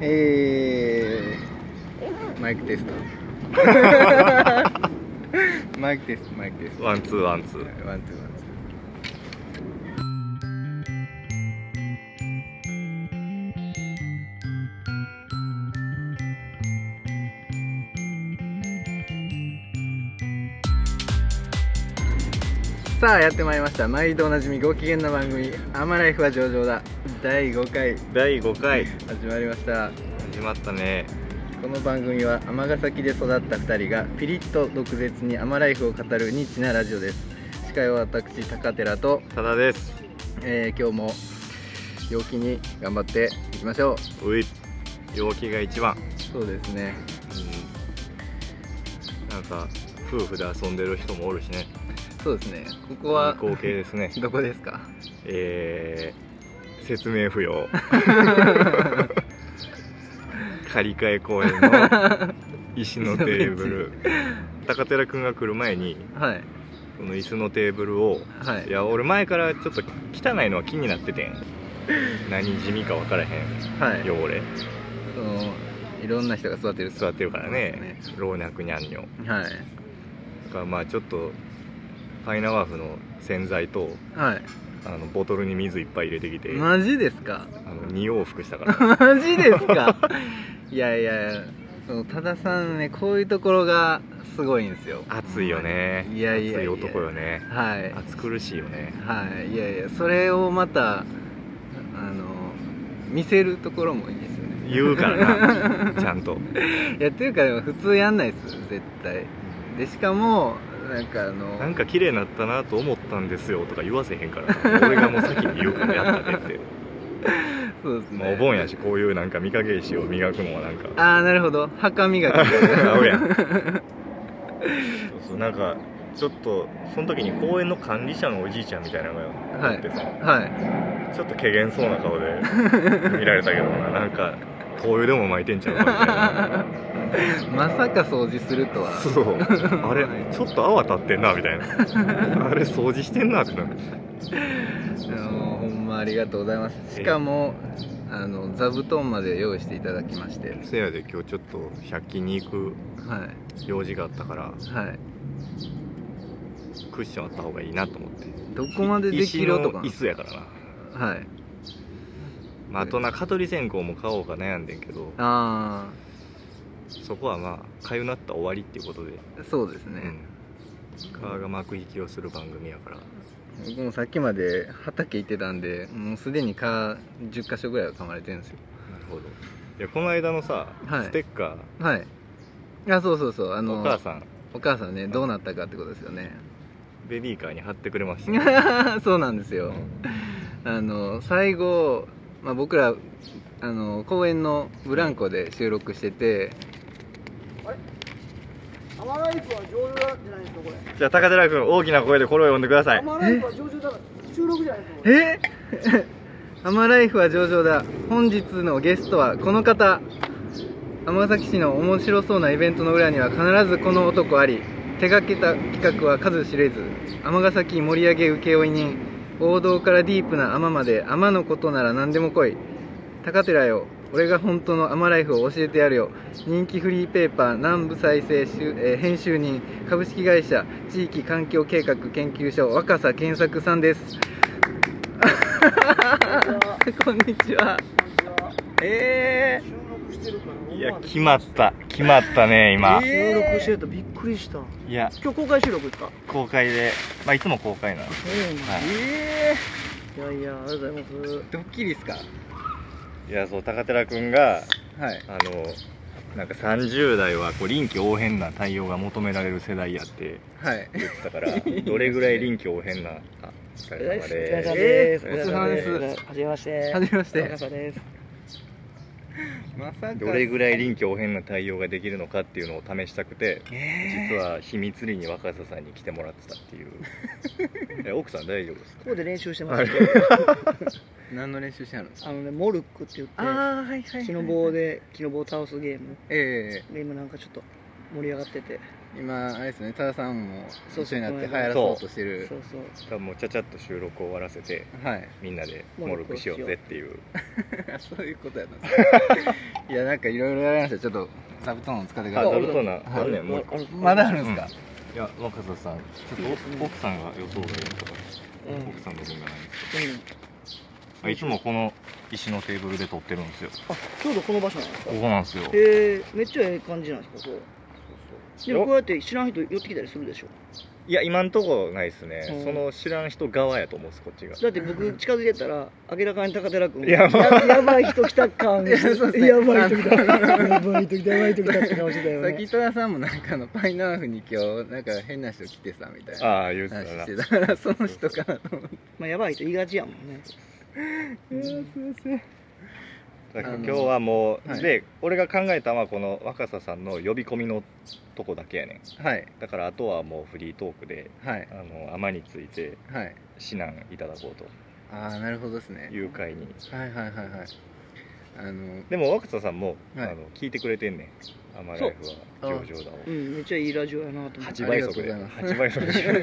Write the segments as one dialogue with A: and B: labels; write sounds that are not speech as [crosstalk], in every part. A: えー、マイクテス
B: [laughs]
A: トマイクテストマイクテスト
B: ワンツーワンツー
A: ワンツーワンツーさあやってまいりました毎度おなじみご機嫌な番組「アマライフは上々だ」第5回
B: 第5回
A: 始まりました
B: 始まったね
A: この番組は尼崎で育った2人がピリッと毒舌にアマライフを語るニッチなラジオです司会は私高寺と、
B: ただです
A: えー今日も陽気に頑張っていきましょう
B: うい陽気が一番
A: そうですね
B: うんなんか夫婦で遊んでる人もおるしね
A: そうですねこ
B: こ
A: こは
B: 光景で
A: [laughs]
B: すね
A: どこですか
B: えー、説明不要借り換え公園の石のテーブル高寺君が来る前に
A: はい
B: この椅子のテーブルを
A: はい
B: いや俺前からちょっと汚いのは気になっててん何地味か分からへん
A: はい
B: 汚れ
A: そのいろんな人が座ってる
B: 座ってるからね
A: そ
B: 老若にゃんに
A: う
B: ょ
A: ですねはい
B: だからまあちょっとファイナワーフの洗剤と
A: はい、
B: あのボトルに水いっぱい入れてきて、
A: マジですか
B: あの2往復したから
A: [laughs] マジですかいやいやいやその多田さんねこういうところがすごいんですよ
B: 熱いよね
A: いやいやいや
B: 熱い男よね
A: はい
B: 熱苦しいよね
A: はいいやいやそれをまたあの見せるところもいいですよね
B: 言うから
A: [laughs]
B: なちゃんと
A: いやっていうかでも普通やんないです絶対でしかもなんかあの
B: なんか綺麗になったなと思ったんですよとか言わせへんからな俺がもう先に言うからやったでって
A: そうですね、
B: まあ、お盆やしこういうなんか御影石を磨くのもなんか
A: ああなるほど墓磨き
B: 合うやんそうそうなんかちょっとその時に公園の管理者のおじいちゃんみたいなのがおってさ、
A: はい [laughs]
B: ちょっと怪げそうな顔 [laughs] で見られたけどななんか灯油でも巻いてんちゃうかみたいな
A: まさか掃除するとは
B: そうあれちょっと泡立ってんなみたい [laughs] なあれ掃除してんなってなる
A: あのほんまありがとうございますしかもあの座布団まで用意していただきまして
B: せやで今日ちょっと100均に行く
A: は
B: 用事があったから
A: いはい
B: クッションあった方がいいなと思って
A: どこまでできるとか
B: い石の椅子やからな
A: はい
B: まあ、あとな蚊取り線香も買おうか悩んでんけど
A: あ
B: そこはまあかゆなったら終わりっていうことで、
A: あそうです
B: う
A: ね、
B: ん、蚊が幕引きをする番組やから
A: 僕もさっきまで畑行ってたんでもうすでに蚊10箇所ぐらいは噛まれてるんですよ
B: なるほどいやこの間のさ、
A: はい
B: ステッカ
A: はいあそうそうそうあ
B: ー
A: の
B: お母さん
A: お母さんねどうなったかってことですよ
B: [laughs]
A: ね
B: ベビーカーに貼ってくれました、ね
A: そうなんです
B: う
A: よ
B: ん
A: あの最後、まあ、僕らあの公園のブランコで収録してて
C: アマライフは上々だじゃないですかこれ
B: [laughs] じゃあ高寺君大きな声でこれを呼んでくださ
C: ア
B: い
C: マライフは上々だから収録じゃないですかこれ
A: えアマライフは上々だ本日のゲストはこの方尼崎市の面白そうなイベントの裏には必ずこの男あり手掛けた企画は数知れず尼崎盛り上げ請負人王道からディープな尼まで尼のことなら何でも来い高寺よ俺が本当のアマライフを教えてやるよ人気フリーペーパー南部再生集、えー編集人株式会社地域環境計画研究所若狭健作さんです [laughs] こんにちは。え
C: 収録してるから
B: いや決まった決まったね今、
A: え
C: 収録してるとびっくりした
B: いや
C: 今日公開収録ですか
B: 公開でまあいつも公開なんですはい
C: ええいやいやありがとうございます
A: ドッキリですか。
B: いやそう高寺君が
A: はい。
B: あのなんか30代はこう臨機応変な対応が求められる世代やって
A: はい。
B: 言ってたからどれぐらい臨機応変なあ疲
C: お疲れ
B: れ様で
C: 様
B: す
C: です。
A: えーお疲れ様です
C: はじめまして。
A: はじめまして
C: 若狭です。
A: まさか。
B: どれぐらい臨機応変な対応ができるのかっていうのを試したくて
A: え
B: 実は秘密裏に若狭さんに来てもらってたって [laughs] いうえ奥さん大丈夫ですか
C: ここで練習してます。
A: ー何の練習してあるんですか。
C: あのね、モルックって言って、
A: あ、はいは
C: 木の棒。で木の棒を倒すゲーム。
A: え
C: で、今なんかちょっと盛り上がってて
A: 今あれですね多田さんも
C: そう
A: 一緒になって流行ら
B: そ
A: そううとしてる
C: そうそう
B: 多分もうちゃちゃっと収録を終わらせて
A: はい [laughs]
B: みんなでモルクしようぜっていう
A: あそういうことやないやなんかいろいろやられましたちょっと座布団を使ってくだ
B: あ
A: さ
C: そ
A: いう
B: 座布団なあるねんもう一個
C: あ
A: まだあるんですか、
B: いや若狭さんち
C: ょっといいですね
B: 奥さんが予想外だったか
C: うんうん
B: さんの分がないんですあいつもこの石のテーブルで撮ってるんですよ
C: あちょうどこの場所なんですか
B: ここなんですよ
C: へえめっちゃええ感じなんですかここでもこうやって知らん人寄ってきたりするでしょ
B: いや今んとこないですね、
C: うん
B: その知らん人側やと思うんですこっちが
C: だって僕近づいてたら明らかに高寺君
B: いやま
C: やばい人来た感
A: いやそうですね
C: やばい人来たやばい人来たやばい人来たって顔してたよ
A: さっき
C: ね
A: 多田さんもなんかあのパイナーフに今日なんか変な人来てさみたいな
B: ああ言うてた
A: 話
B: な
A: してたからその人かなと思って
C: まあやばい人言いがちやもんね
A: いやすいません
B: だから今日はもう、
A: はい
B: で俺が考えたのはこの若狭さんの呼び込みのとこだけやねん
A: はい
B: だからあとはもうフリートークで
A: はい
B: あの天について
A: はい
B: 指南いただこう
A: ああなるほどです
B: と
A: ね
B: いう会に
A: はいはいはいはいあの
B: でも若狭さんも、
A: はい
B: あの聞いてくれてんねん「アマライフ
A: そう
B: は上々だ」を
C: うんめっちゃいいラジオやなと思って
B: 8倍速で
A: ありがとうございます
B: 8倍速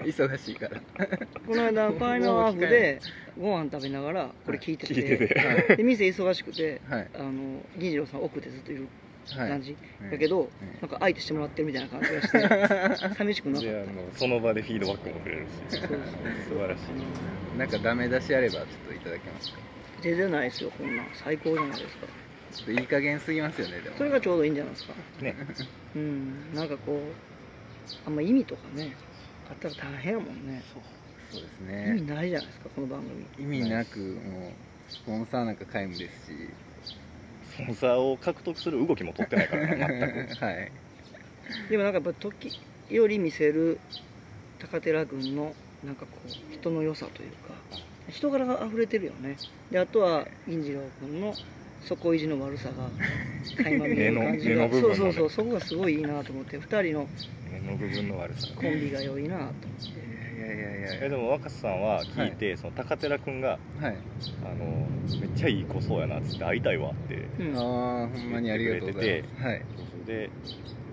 A: [laughs]
B: で
A: 忙しいから
C: この間パイナワーフでご飯食べながらこれ聞いてて,、
B: 聞いてて
A: はい
C: で店忙しくて
A: はい
C: あの銀次郎さん奥でずっといる
A: はい
C: 感じ、だけ
A: ど
C: ど、
A: ん
C: なんか相手してもらってるみたいな感じがして
A: [laughs]
C: 寂しくなかっ
B: であのその場でフィードバックもくれるし素
C: たそう
B: 晴らしい
A: なんかダメ出しあればちょっといただけますか
C: 出てないですよこんなん最高じゃないですか
A: ちょっといい加減すぎますよねでも
C: それがちょうどいいんじゃないですか
B: ね
C: うんなんかこうあんま意味とかねあったら大変やもんね
A: そうです
C: 意味
A: ね
C: ないじゃないですかこの番組
A: 意味なくもうスポンサーなんか皆無ですし
B: スポンサーを獲得する動きも取ってないからな全く
A: はい
C: でもなんかやっぱ時より見せる高寺君のなんかこう人の良さというか人柄が溢れてるよねであとは銀次郎君の底意地の悪さが垣間見える感じ
B: [laughs] 根の
C: が
B: 根の部
C: そ
B: 分
C: う
B: まで
C: そうそうそこがすごいいいなと思って2人の
B: 根の部分の悪さ
C: コンビが良いなと思って
A: いやいやいやい
B: え
A: や
B: でも若狭さんは聞いて、その高寺君が
A: はい
B: 「あのめっちゃいい子そうやな」っつって「会いたいわ」って
C: うんあ
A: ああほんまにありがとうございますはい
B: で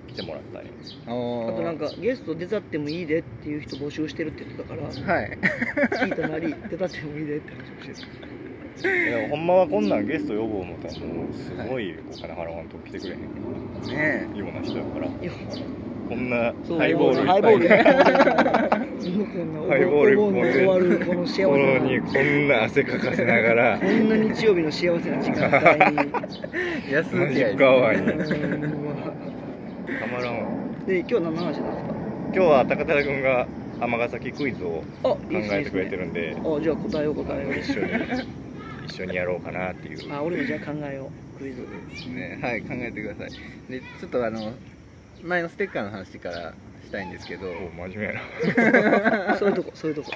B: 来てもらったんや
A: あー
C: となんかゲスト出たってもいいでっていう人募集してるって言ってたから
A: はい
C: 聞いたなり出たってもいいでって話をしてる
B: いやほんまはこんなんゲスト呼ぼう思ったらもうすごいお金払わんと来てくれへんよ
A: ね
B: [laughs] うな人やから
C: いや
B: こんな
C: そう
B: ハイボール
C: ハイボール
B: いっぱいハ
C: こんな
B: イボール
C: お盆の終わるこの幸せ
B: ところ
C: な
B: にこんな汗かかせながら
C: こんな日曜日の幸せな時間帯に
A: え安
B: マ
A: 請
B: ジ
A: け合い
B: かわいい
C: うん
B: たまらんわ
C: で今日何の話なんです
B: 今日は高寺君が尼崎クイズを
C: かあ
B: 考
C: いいですね
B: えてくれてるんで
C: あじゃあ答えよう答えよ
B: 一緒に一緒にやろうかなっていう
C: うあ俺もじゃあ考えようクイズ
A: ねはい考えてくださいでちょっとあの前のステッカーの話からしたいんですけど
B: お真面目やな
C: そういうとこそういうとこ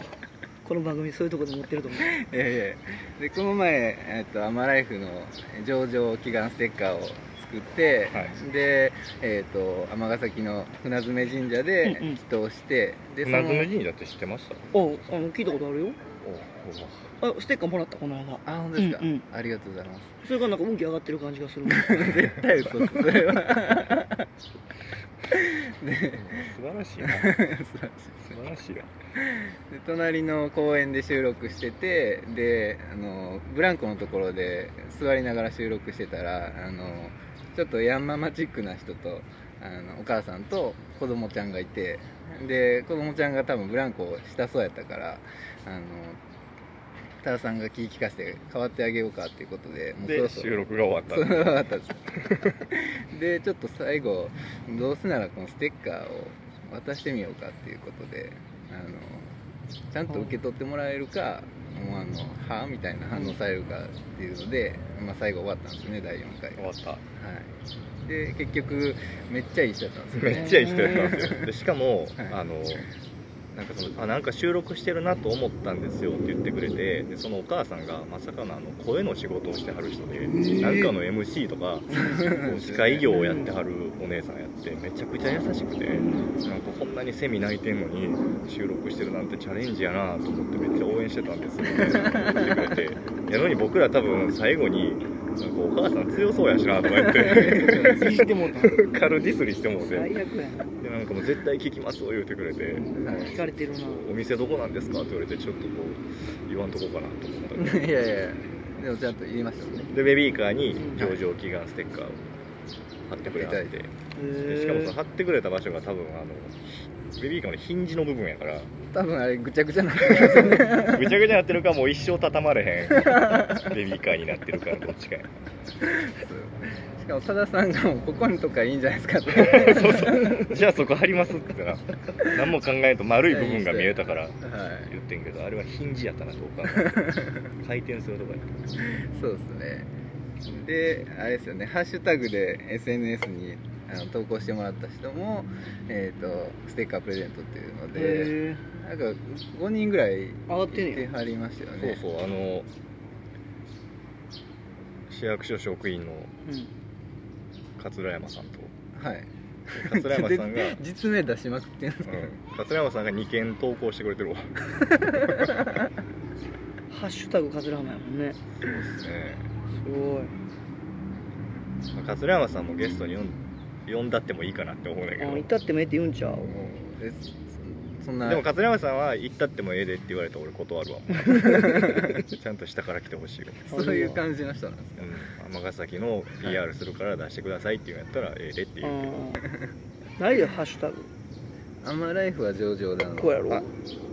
C: この番組そういうとこで持ってると思う
A: いやいやでこの前、えっと、アマライフの上場祈願ステッカーを作って、
B: はい
A: で、えっと尼崎の船詰神社で
C: うんうん
A: 祈祷して、でそ
B: 船
A: の
B: 詰神社って知ってました
C: おあの聞いたことあるよ
B: おお
C: あステッカーもらったこの間
A: あ本当ですか、
C: うんうん
A: ありがとうございます
C: それがなんか運気上がってる感じがするもん
A: 絶対嘘ですそれ
C: [laughs]
A: は [laughs] で
B: 素晴らしい
A: 素晴
B: な
A: らしいですね
B: 素晴らしいな
A: [laughs] で隣の公園で収録しててであのブランコのところで座りながら収録してたらあのちょっとヤンママチックな人とあのお母さんと子供ちゃんがいてで子供ちゃんが多分ブランコをしたそうやったからあのタラさんが気ぃ利かせて代わってあげようかっていうことでもうそろ
B: で
A: そろ
B: 収録が終わった
A: そうなかったです [laughs] でちょっと最後どうせならこのステッカーを渡してみようかっていうことであのちゃんと受け取ってもらえるかもうあの「は?」みたいな反応されるかっていうので、まあ、最後終わったんですよね第4回
B: 終わった
A: はいで結局めっちゃいい人だったんですよ
B: め
A: ね
B: っちゃいい人やったんですよでしかも、
A: はい
B: あのなんかそのあなんか収録してるなと思ったんですよって言ってくれてでそのお母さんがまさかのあの声の仕事をしてはる人で、
C: ー
B: なんかの MC とかこう司会業をやってはるお姉さんやってめちゃくちゃ優しくてなんかこんなにセミ鳴いてんのに収録してるなんてチャレンジやなと思ってめっちゃ応援してたんですよって言ってくれてやのに僕ら多分最後になんかお母さん強そうやしなとか言って
C: いじってもうた
B: 軽ディスりしてもうて
C: 最悪やな
B: でなんかもう絶対聞きますを言うてくれて。
C: 聞かれてるな
B: お店どこなんですかって言われてちょっとこう言わんとこかなと思ったん
A: い [laughs]
B: で
A: やいやいやでもちゃんと言いましたもんね
B: でベビーカーに上場祈願ステッカーを貼ってくれはっ
A: 貼って
B: てでしかもその
C: へ
B: 貼ってくれた場所が多分あのベビーカーのヒンジの部分やから
A: 多分あれぐちゃぐちゃな
B: ぐちゃぐちゃなってるかもう一生畳まれへ [laughs] んベビーカーになってるからどっちかや
A: しかも多田さんがもうここにとかいいんじゃないですかって [laughs]
B: そうそうじゃあそこ貼りますってな何も考えんと丸い部分が見えたから
A: はい
B: 言ってんけどあれはヒンジやったなとか回転するとこやった
A: そうですねであれですよねハッシュタグで SNS にあの投稿してもらった人も、えー、とステッカープレゼントっていうので
C: え
A: なんか5人ぐらい
C: 上がってんね
A: いてはりましたよ
B: そう
A: ね
B: そうあの市役所職員の桂山さんと
A: はい
B: 桂
A: [laughs]
B: 山さん [laughs] が、うん
A: 実名出しまくってんです
B: 桂山さんが2件投稿してくれてるわ
C: うんハッシュタグカズラーマンやもんねす
B: そうですね
C: ごい
B: 桂山さんもゲストに呼ん呼んだってもいいかなって思うんだけ
C: あ
B: ど
C: 行ったってもええって言うんちゃう
A: でそそんな
B: でも桂山さんは行ったってもええでって言われたら俺断るわちゃんと下から来てほしいよ
A: そういう感じの人なんです
B: うん尼崎の PR するから出してくださいって言うんやったらええでって
C: う
B: 言うけど
C: んないよハッシュタグ
A: アマライフは上々だの
C: こうやろ
B: あ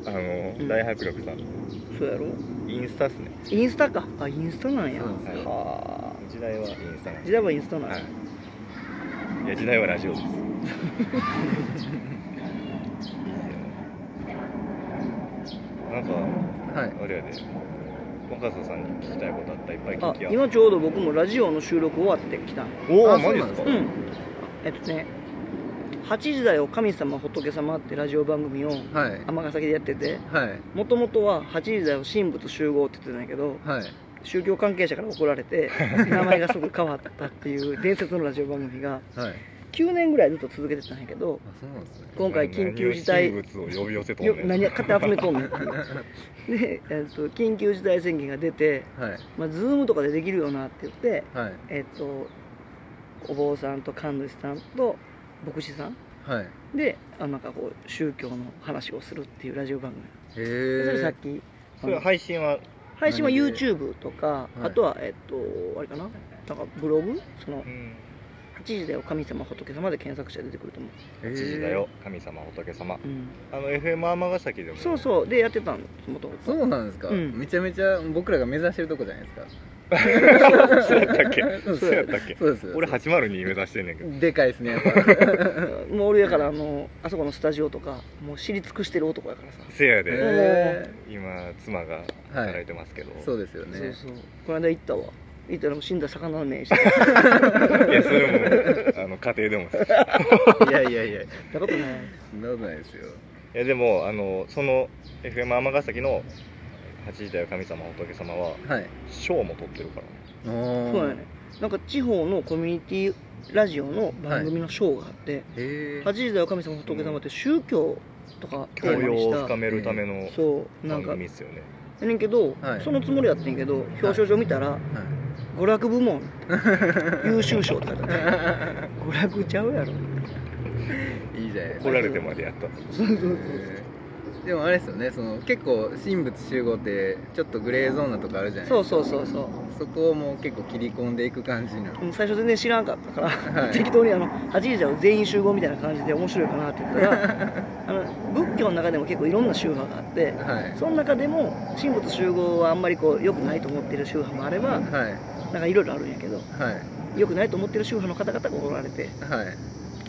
B: あの、
C: うん
B: 大迫力さん
C: そうやろ
B: インスタっすね
C: インスタかあインスタなんや
A: そうなん
B: ですよ
C: は
B: 時代はインスタなん
C: あ
B: で
C: 時代はインスタなん
B: はい
C: や。
B: いや時代はラジオです。 [laughs] なんか
A: はい
B: あれやで、若狭さんに聞きたいことあったらいっぱい
C: あ
B: 聞きや。
C: 今ちょうど僕もラジオの収録終わってきたの
B: お
A: あ
B: おマジで
A: そうなんで
B: す
A: す
B: か
A: か。
C: うんえっとね8時だよ神様仏様ってラジオ番組を
A: はい
C: 尼崎でやってて
A: はい
C: もともとは8時だよ神仏集合って言ってたんやけど
A: はい
C: 宗教関係者から怒ら
B: [laughs]
C: れて名前がすぐ変わったっていう伝説のラジオ番組が
A: はい
C: 9年ぐらいずっと続けてたんやけど
A: あそうなんですね
C: 今回緊急事態
B: 何を神物を呼び寄せとんね
C: よ
B: ん
C: 何や勝手に集めとんねんで、えっと緊急事態宣言が出て、
A: はい
C: まあ、ズームとかでできるよなって言って、
A: はい
C: えっとお坊さんと神主さんと牧師さん
A: はいへ
C: であなんかこう宗教の話をするっていうラジオ番組、それさっ
A: え
C: き
B: それは
C: あの
B: 配信は
C: 配信は
A: 何で
C: YouTube とか、
A: はい
C: あとはえっとあれかななんかブログその「8時だよ神様仏様」で検索して出てくると思う、
A: 8
B: 8時だよ神様仏様。
C: うん
B: あの FM 尼崎でも
C: そうそうでやってたんですもとも
A: そ
C: と
A: うなんですか、
C: うん
A: めちゃめちゃ僕らが目指してるとこじゃないですか
B: そうやったっけ
A: うん
B: そうやったっけ
A: そうです
B: 俺802目指してんねんけど
A: でかいですねやっぱ
C: [laughs] もう俺やからあのあそこのスタジオとかもう知り尽くしてる男やからさ、
B: せやで
A: へ
B: 今妻が
A: ーは
B: 働い
A: い
B: てますけど、
A: そうですよね
C: そうそうこの間行ったわ行ったらもう死んだ魚の名して
B: いやそれもあの家庭でもです
A: いやいやいや
C: なことない
A: そんなことないですよ
B: いやでもあのその FM 尼崎の「8時だよ神様仏様」は
A: はい
B: 賞も取ってるからね
A: おー
C: [laughs] そうやねなんか地方のコミュニティラジオの番組のショーがあって
A: へ
C: 「8
A: え
C: 時だよ神様仏様」って宗教とかテ
B: 教
C: ーマに
B: 養
C: し
B: を深
C: た
B: めるための
C: そうなん
B: 番
C: か
B: 組っすよね
C: やねんけど、
A: はい
C: そのつもりやってんけど表彰状見たら、娯楽
A: [laughs]
C: 部門優秀賞って書いてあった娯楽ちゃうやろ
A: いいじゃないです
B: 来
A: から
B: れてまでやった
C: そうそうそう
A: へーでもあれですよねその結構神仏集合ってちょっとグレーゾーンなとこあるじゃない
C: そ
A: で
C: うそうそうそう
A: すかそこをもう結構切り込んでいく感じなの
C: うん最初全然知らんかったから、
A: はい
C: 適当にあの8時じゃ全員集合みたいな感じで面白いかなって言った
A: [laughs]
C: らあの仏教の中でも結構いろんな宗派があって
A: はい
C: その中でも神仏集合はあんまりこう良くないと思ってる宗派もあれ
A: は
C: ば
A: い
C: なんかいろいろあるんやけど
A: はい
C: 良くないと思ってる宗派の方々がおられて
A: は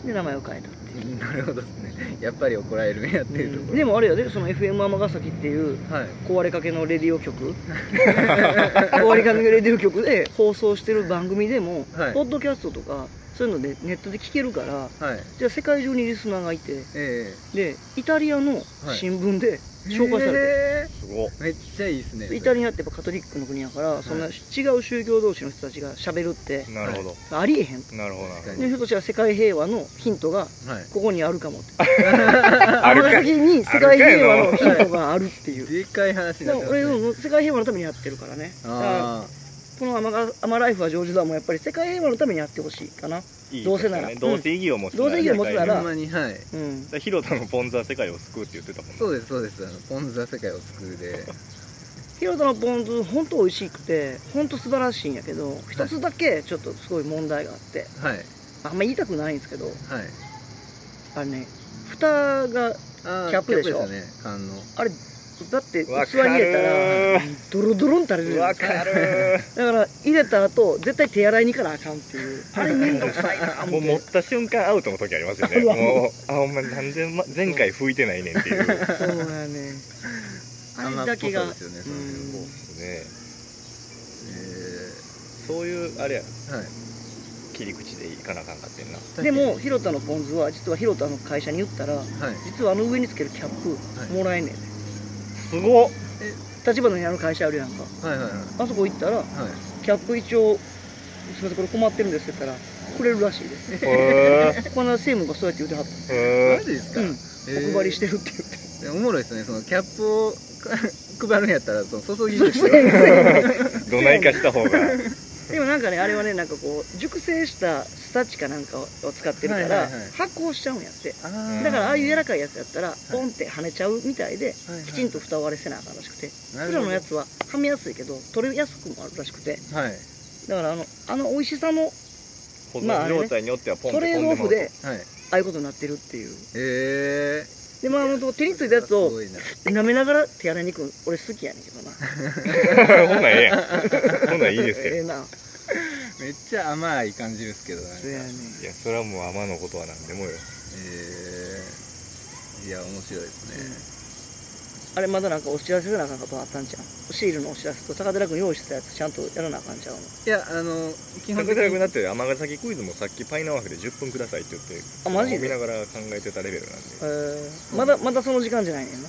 A: い
C: で名前を変えたっていう。
A: なるほどですねやっぱり怒られるんやっていうところ、
C: でもあれやでその FM 尼崎っていう
A: はい
C: 壊れかけのレディオ局壊れかけのレディオ局で放送してる番組でも、
A: はい
C: ポッドキャストとかそういうのでネットで聞けるから
A: はい
C: じゃあ世界中にリスナーがいて
A: え
C: でイタリアの新聞で
A: え
C: 紹介されてる、
A: え
B: すごっ
A: えめっちゃいいですね
C: イタリアってやっぱカトリックの国やから、そんな違う宗教同士の人たちが喋るって
B: なるほど、
C: ありえへんと
B: なるほどなる
A: 確か
B: ほ
A: に
B: ど
C: でひょっとしたら世界平和のヒントが
A: はい
C: ここにあるかもって
B: ある
C: この
B: かい
C: 先に世界平和のヒントがあるっていう
A: でかい話に
C: で
A: なっ
C: も
A: てます
C: 俺
A: ね
C: うん世界平和のためにやってるからねだから
A: あ
C: このアマガ「アマライフは上手だ」もやっぱり世界平和のためにやってほしいかな、
B: いい
C: どうせなら
B: ですよねどうせ意義を持つ
C: どうせ意義を持つな
A: あ
C: ら
A: ほんまにはい
C: うん、
B: 広田のポン酢は世界を救うって言ってたもんね
A: そうですそうですあのポン酢は世界を救うで
C: ヒロトのポン酢本当美味しくて本当素晴らしいんやけど一つだけちょっとすごい問題があって
A: はい
C: あんま言いたくないんですけど
A: はい
C: あれね蓋が
A: あー
C: キャップでし
A: キャ
C: ょ
A: ップですよね缶の
C: あれだって器に
B: わかる
C: 入れたらドロドロに垂れるじゃない
B: わ
C: ですか
B: かる
C: だから入れた後絶対手洗いに行からあかんっていうあれ面倒
B: [laughs]
C: くさいな
B: もう持った瞬間アウトの時ありますよね
C: うわ
B: もうあお前なんでま前回拭いてないねんって
C: [laughs]
B: いうそう
C: そうやねあれだけが
A: 甘っぽさですよね
C: うん
B: ですね
A: そ
B: そういうあれや
A: の辺もえーはい
B: 切り口でいかなあかんかってんな
C: でもヒロタのポン酢は実はヒロタの会社に言ったら
A: はい
C: 実はあの上につけるキャップもらえんねんね
B: すごっ
C: 立花にあの会社あるやんか
A: はいはいはい
C: あそこ行ったら
A: はい
C: キャップ一応すみませんこれ困ってるんですって言ったらくれるらしいです
B: へー
C: この政務がそうやって言うてはっ
B: へ
A: マジですか、
C: うん
A: え
C: た
A: ー
C: お配りしてるって言って
A: おもろいですねそのキャップを [laughs] 配るんやったらその注ぎ
C: そう
A: 口
C: そう
A: を
B: ーどないかした方が
C: でもなんかねあれはねなんかこう熟成したスタッチかなんかを使ってるか
A: はい
C: ら
A: はいはい
C: 発酵しちゃうんやって
A: あー
C: [laughs] だからああいう柔らかいやつやったらポンって跳ねちゃうみたいで
A: はいはい
C: きちんと蓋を割れせなあかんらしくて
A: な
C: そ
A: る
C: れら
A: ほど
C: のやつははめやすいけど取れやすくもあるらしくて
A: はい
C: だからあのあの美味しさの
B: 保
C: [laughs] まあ
B: 存
C: あれね
B: 状態によってはポン
C: ト
B: と
C: レ
B: 飛
C: ードオフ
B: んで
C: で
A: はい
C: ああいうことになってるっていう
A: え
C: でまあ本当手についた
A: ー、
C: やつを
A: すごいな
C: 舐めながら手洗いに行くん俺好きやねんけど
B: もうと [laughs]
C: な
B: ほんならええやんほんならいいですよ
C: [laughs] ええな
A: めっちゃ甘い感じですけどなんか
C: そうやね
B: いやそれはもう天のことは何でもよ
A: えー、いや面白いですね、
C: あれまだなんかお知らせせなあかんことあったんじゃんシールのお知らせと高寺君用意してたやつちゃんとやらなあかんちゃうの
A: いやあの基
B: 高
A: 本
B: 田
A: 的
B: 君
A: に
B: だって尼崎クイズもさっきパイナワーフで10分くださいって言って
C: あマジで
B: 見ながら考えてたレベルなんで
C: えー、まだまだその時間じゃないねんな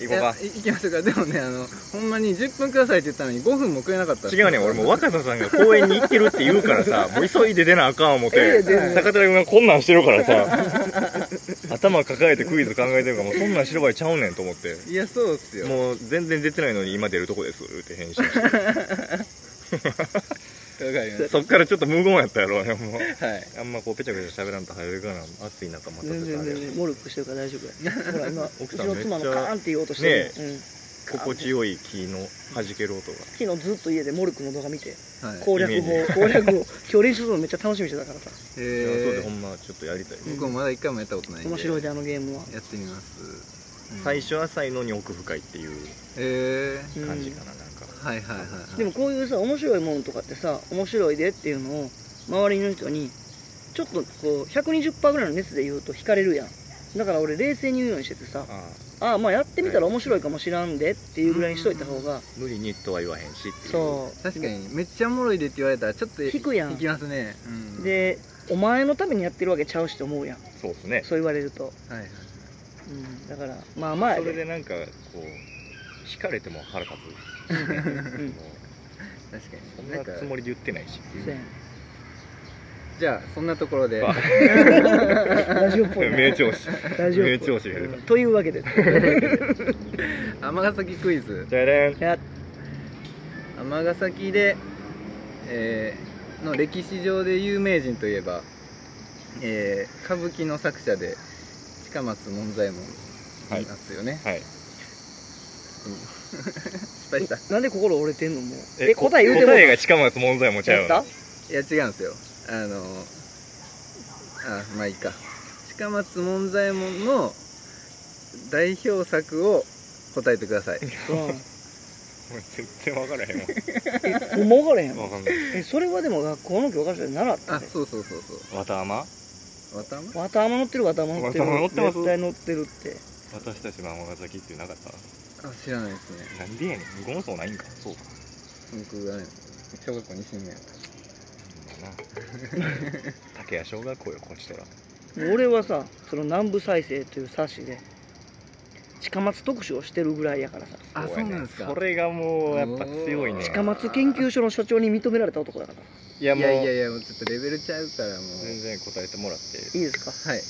B: 行こうか
A: いやい行きましょうかでもねあのほんまに10分くださいって言ったのに5分もくれなかった
B: 違うねん俺もう若狭さんが公園に行ってるって言うから
C: [laughs]
B: さもう急いで出なあかん思っ
C: ええ
B: て
C: 出る
B: 高寺君がこんなんしてるからさ
C: [laughs]
B: 頭抱えてクイズ考えてるからもうそんなん白バイちゃうねんと思って
A: いやそうっすよ
B: もう全然出てないのに今出るとこですって返信して
A: わかり
C: [laughs]
A: まし
B: そっからちょっと無言やったやろうねもう
A: たはい
B: あんまこうペチャペチャ喋らんと早いから暑い中待た
C: 全
B: せたあ
C: 然
B: れ
C: 全
B: や
C: 然モルックしてるから大丈 [laughs] 夫やほら今う
B: 奥
C: ち
B: さん
C: の妻の
B: めっちゃ
C: カーンって言おうとしてる、
B: ね
C: うん、
B: 心地よい木の弾ける音が
C: 昨日ずっと家でモルックの動画見て
A: はい
C: 攻略
B: イメー
C: 法攻略法今日練習するのめっちゃ楽しみにしてたから
B: い
C: さ
B: やそうで
A: え
B: ほんまちょっとやりたい
A: ー、僕もまだ一回もやったことないんで
C: 面白いであのゲームは
A: やってみます、うん
B: 最初浅いのに奥深いっていう
A: え
C: うん
B: 感じかななんか
A: ー、はいはいはいはい
C: でもこういうさ面白いものとかってさ面白いでっていうのを周りの人にちょっとこう120%ぐらいの熱で言うと惹かれるやんだから俺冷静に言うようにしててさ
B: ああ
C: ああまあやってみたら面白いかもしらんでっていうぐらいにしといた方が
B: 無理にとは言わへんしっていう
C: そう
A: 確かにめっちゃおもろいでって言われたらちょっと
C: 聞くやん
A: いきますね、うん、
C: でお前のためにやってるわけちゃうしと思うやん
B: そうですね
C: そう言われると、
A: はいはい
C: うん、だからまあまあや
B: そ
C: で
B: れでなんかこう惹かれても腹立つ、
C: うん
B: もう
A: 確かに
B: そん
A: な
B: なん
A: か
B: つもりで言ってないし
C: そうやん
A: じゃあそんなところで
B: あ
C: ラジオっぽい
B: [laughs]
C: な
B: 名調
C: [laughs]
B: 子
C: ラジオっぽ
B: 名
C: い
B: 調子が出た
C: うんというわ
B: [laughs]
C: けで
A: 尼崎クイズ
B: じゃれん
C: やっ
A: 尼崎で、えーの歴史上で有名人といえば、えー歌舞伎の作者で近松門左衛門いますよね、
B: はい
A: 失敗した
C: なんで心折れてんのもうえ答え言うても
B: 答えが近松門左衛門ちゃ
C: や
B: う
C: った
B: の
A: いや違うんですよあのあまあいいか近松門左衛門の代表作を答えてください
C: うん
B: もう絶対分からへん
C: えほんま分からへん
B: わ分かんない
C: えそれはでも学校の教科書で習った
A: あ
C: ね
A: そうそうそうそう
B: わたあま
A: 渡辺
C: 綿あま乗ってる綿あま乗ってる
B: 綿あま乗ってます
C: 絶対乗ってるって
B: 私たちの尼崎ってなかった
A: あ知らないですね
B: なんでやねん無言層ないんかそうか
A: 僕がね小学校2年
B: な
C: [laughs]
B: 竹谷小学校よこちとら
C: 俺はさその南部再生という冊子で近松特集をしてるぐらいやからさ
A: あそうなんですか
B: それがもうやっぱ強いね
C: 近松研究所の所長に認められた男だから
B: いや
A: い
B: もう
A: やいやいやもうちょっとレベルちゃうからもう
B: 全然答えてもらって
C: いいですか
A: はい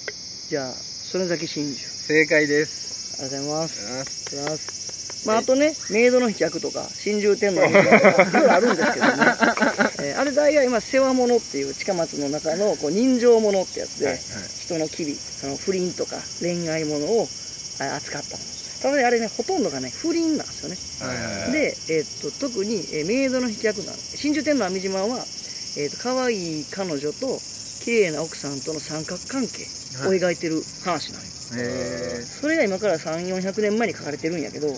C: じゃあ曽根崎真珠
A: 正解です
C: ありがとうございます
A: あ
C: ありがとうございますまあ、あとね、メイドの飛脚とか、真珠天皇の飛脚とか、いろいろあるんですけどね、えーあれ大概、今、世話物っていう近松の中のこう人情物ってやつで、
B: はい
C: 人の機微、あの不倫とか恋愛物をあ扱ったもの。ただねあれね、ほとんどがね、不倫なんですよね。
A: はい
C: で、えーっと、特に、えーメイドの飛脚なん、真珠天皇網島は、えーっと、可愛い彼女と、綺麗な奥さんとの三角関係を描いてる話なんよ
A: へ
C: それが今から3400年前に書かれてるんやけど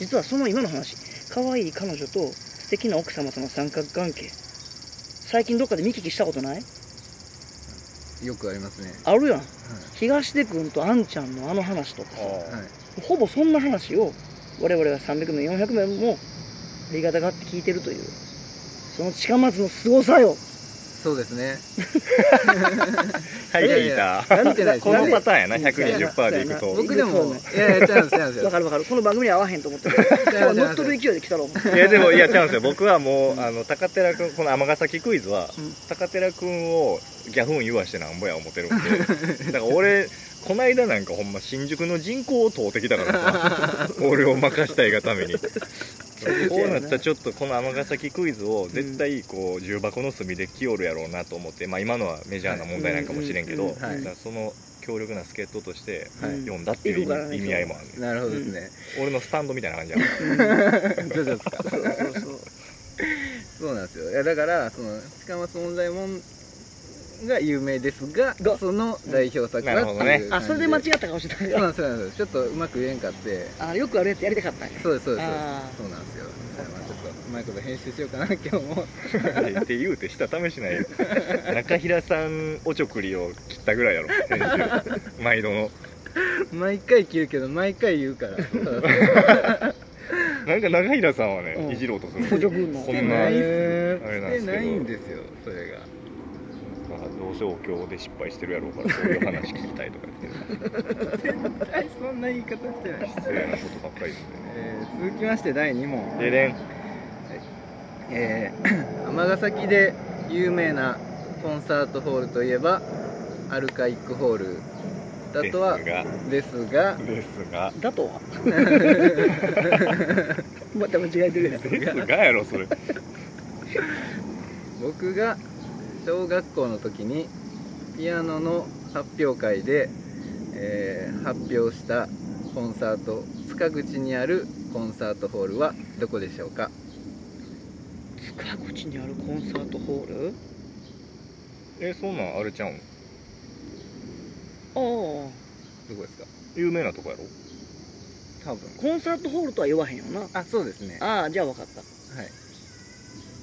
C: 実はその今の話可愛い彼女と素敵な奥様との三角関係最近どっかで見聞きしたことない
A: えよくありますね
C: あるやん東出君とあんちゃんのあの話とかさ
B: あ
A: はい
C: ほぼそんな話を我々が300年400年もありがたがって聞いてるというその近松の凄さよ
A: そうですね
B: あはい
A: いやい
B: 聞い
A: や
B: た
A: なんてない
B: このパターンやな
C: なんで
B: 120%でいくと
A: 僕でもいやいやちゃうんですちゃうんです
C: わかるわかるこの番組に合わへんと思ってる今日は乗っ取る勢いで来たろお前
B: いやでもいやちゃうんですよ僕はもうあの高寺君この尼崎クイズは、
C: うん
B: 高寺君をギャフン言わしてなんぼや思ってるんでだから俺こないだなんかほんま新宿の人口を通ってきたからさ俺を任したいがためにこうなったらちょっとこの尼崎クイズを絶対こう重箱の隅で来よるやろうなと思って、まあ今のはメジャーな問題なんかもしれんけど、
C: うんうんうん
A: はい
B: だからその強力な助っ人として
A: はい
B: 読んだっていう意
C: 行くから
B: 味,、
C: ね
B: 合いもあるね
A: なるほどですね
B: 俺のスタンドみたいな感じやから
A: どうですか
C: そうそうそう
A: そうなんですよいやだからその近松門左衛門が有名ですが
C: が
A: その代表作
B: なる
A: が
B: ほ
A: っ
B: ど
A: て
B: ね
A: いう
C: あ
A: 感じ
C: それで間違ったかもしれ
A: そう
C: ない
A: なんですそうなんですちょっとうまく言えんかって
C: あよくあるやつやりたかったんや
A: そうですそうです
C: あー
A: そうなんですよだからまあちょっとうまいこと編集しようかな今日も
B: って言うてした試しない [laughs] よ中平さんおちょくりを切ったぐらいやろ先週毎度の
A: 毎回切るけど毎回言うから
B: なんか中平さんはね、
C: うん
B: いじろうとする
C: 補助軍の
B: こ
A: して
B: ん
A: な
B: ない
A: っす
B: まあれなん
A: して
B: ですけど
A: ないんですよそれが
B: あどうせお経で失敗してるやろうからそういう話聞きたいとか言って
A: 絶対そんな言い方してない
B: 失礼なことばっかりですね
A: えー続きまして第2問
B: でれん
A: えー [clears throat] 尼崎で有名なコンサートホールといえばアルカイックホールだ
B: です
A: とは
B: が
A: ですが
B: ですが
C: だとはまた間違えてるやん
B: ですがやろそれ
A: 僕が小学校の時にピアノの発表会で、えー発表したコンサート塚口にあるコンサートホールはどこでしょうか
C: 塚口にあるコンサートホール
B: えそんなんあれちゃうん
C: あ
A: どこですか
B: 有名なとこやろ
A: 多分
C: あコンサートホールとは言わへんよな
A: あそうですねは
C: ああじゃあ分かった
A: い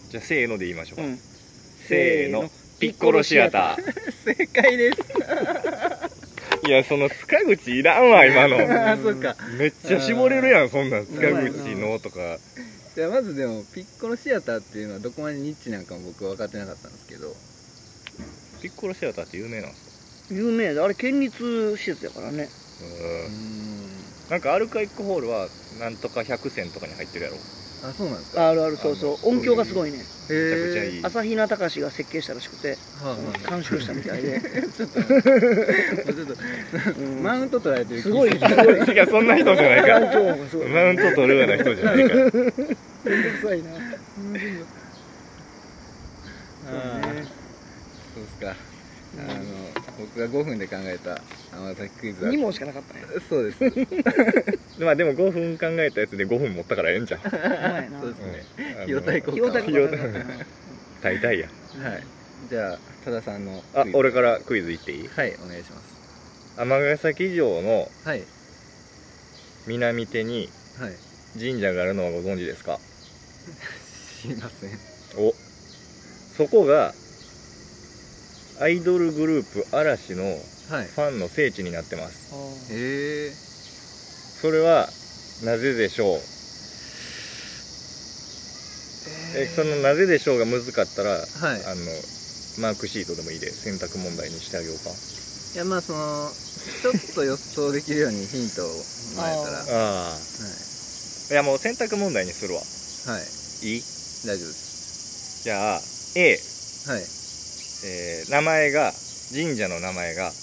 B: じゃあせーので言いましょうか、
C: うん
B: せーのピッコロシアタ
A: [laughs] 正解です
B: ーいやその塚口いらんわ今の
A: あそうか
B: めっちゃ絞れるやんそんなん塚口のとか
A: じゃあまずでもピッコロシアターっていうのはどこまでニッチなんかも僕は分かってなかったんですけど
B: ピッコロシアターって有名なんです
C: 有名だあれ県立施設やからね
B: か
A: うーん
B: なんかアルカイックホールはなんとか100選とかに入ってるやろめ
A: あそうなんですか
C: あるあるそうそう音響がすごいね
B: ちゃくちゃい
A: い
B: い
C: 朝比奈隆が設計したらしくて
A: [laughs]
C: 監修したみたいで、
A: ちょっと
C: [laughs] うん
A: マウント取られてる気
C: すご [laughs] いす
A: る
C: ご
B: [laughs]
C: い
B: いやそんな人じゃないか
C: 環
B: ら
C: 境音がすご
B: [laughs]
C: い
B: マウント取るような人じゃないから
C: めんどくさいな
A: あーそうですかあの僕が5分で考えた天崎クイズは
C: 2問しかなかったね
A: そうですそうで
B: [laughs] まあでも5分考えたやつで5分持ったからええんじゃん
C: 前な
A: すね
B: [laughs] あの
A: 費用対効
C: 費
A: 果
C: 用対効
B: 用
C: 果なかったな
B: 大体や
A: はいじゃあ多田さんの
B: あ
A: クイズ
B: 俺からクイズ言っていい
A: はいお願いします
B: 尼崎城の
A: はい
B: 南手に
A: はい
B: 神社があるのはご存知ですか
A: 知りません
B: おそこがアイドルグループ嵐の
A: はい
B: ファンの聖地になってます
A: え
B: それはなぜでしょう
A: ー、
B: えそのなぜでしょうが難かったら、
A: はい
B: あのマークシートでもいいで選択問題にしてあげようか
A: いやまあそのちょっと予想できるようにヒントをもらえたら
C: あ
A: はい
B: ああいやもう選択問題にするわ
A: はい
B: いい
A: 大丈夫です
B: じゃあ A、
A: はい
B: えー名前が神社の名前が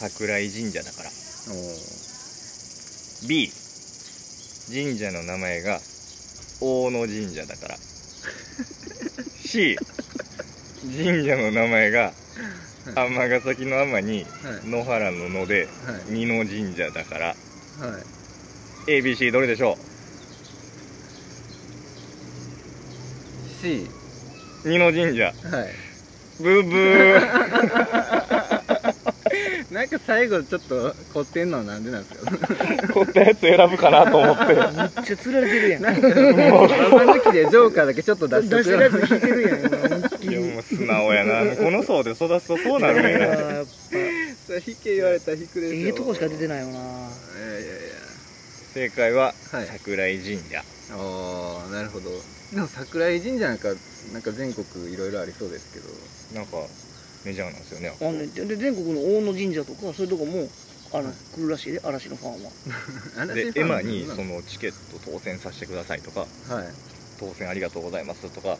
B: 桜井神社だから
A: おー
B: B 神社の名前が大野神社だから C 神社の名前が尼崎の尼に
A: はい
B: 野原の野で
A: はい
B: 二の神社だから
A: はい
B: ABC どれでしょ
A: C
B: う二の神社
A: はい
B: ブーブー
A: なんか最後ちょっと凝ってんのはなんでなんですか
B: こったやつ選ぶかなと思って
C: [laughs] めっちゃ釣られてるやん
A: なんかもうババ抜きでジョーカーだけちょっと出し
C: 出
A: と
C: し
A: く
C: て [laughs] る
A: よ
C: やつ引いてるやん [laughs] 今
B: いやもう素直やなこの層で育つとそうなるん
C: いや
B: やな
C: やっぱえ
A: それ引け言われたら引くでしょ
C: えとこしか出て
A: い
C: ないよない
A: やいやい
B: 正解は
A: はい
B: 桜井神社
A: やああなるほどでも桜井神社なんかなんか全国いろいろありそうですけど
B: なんかメジャーなんですよね
C: あのねでで全国の大野神社とかそういうとこもあの来るらしいで嵐のファンは
A: [laughs]
B: でエマにそ
A: の
B: のチケット当選させてくださいとか
A: はいはい
B: 当選ありがとうございますとか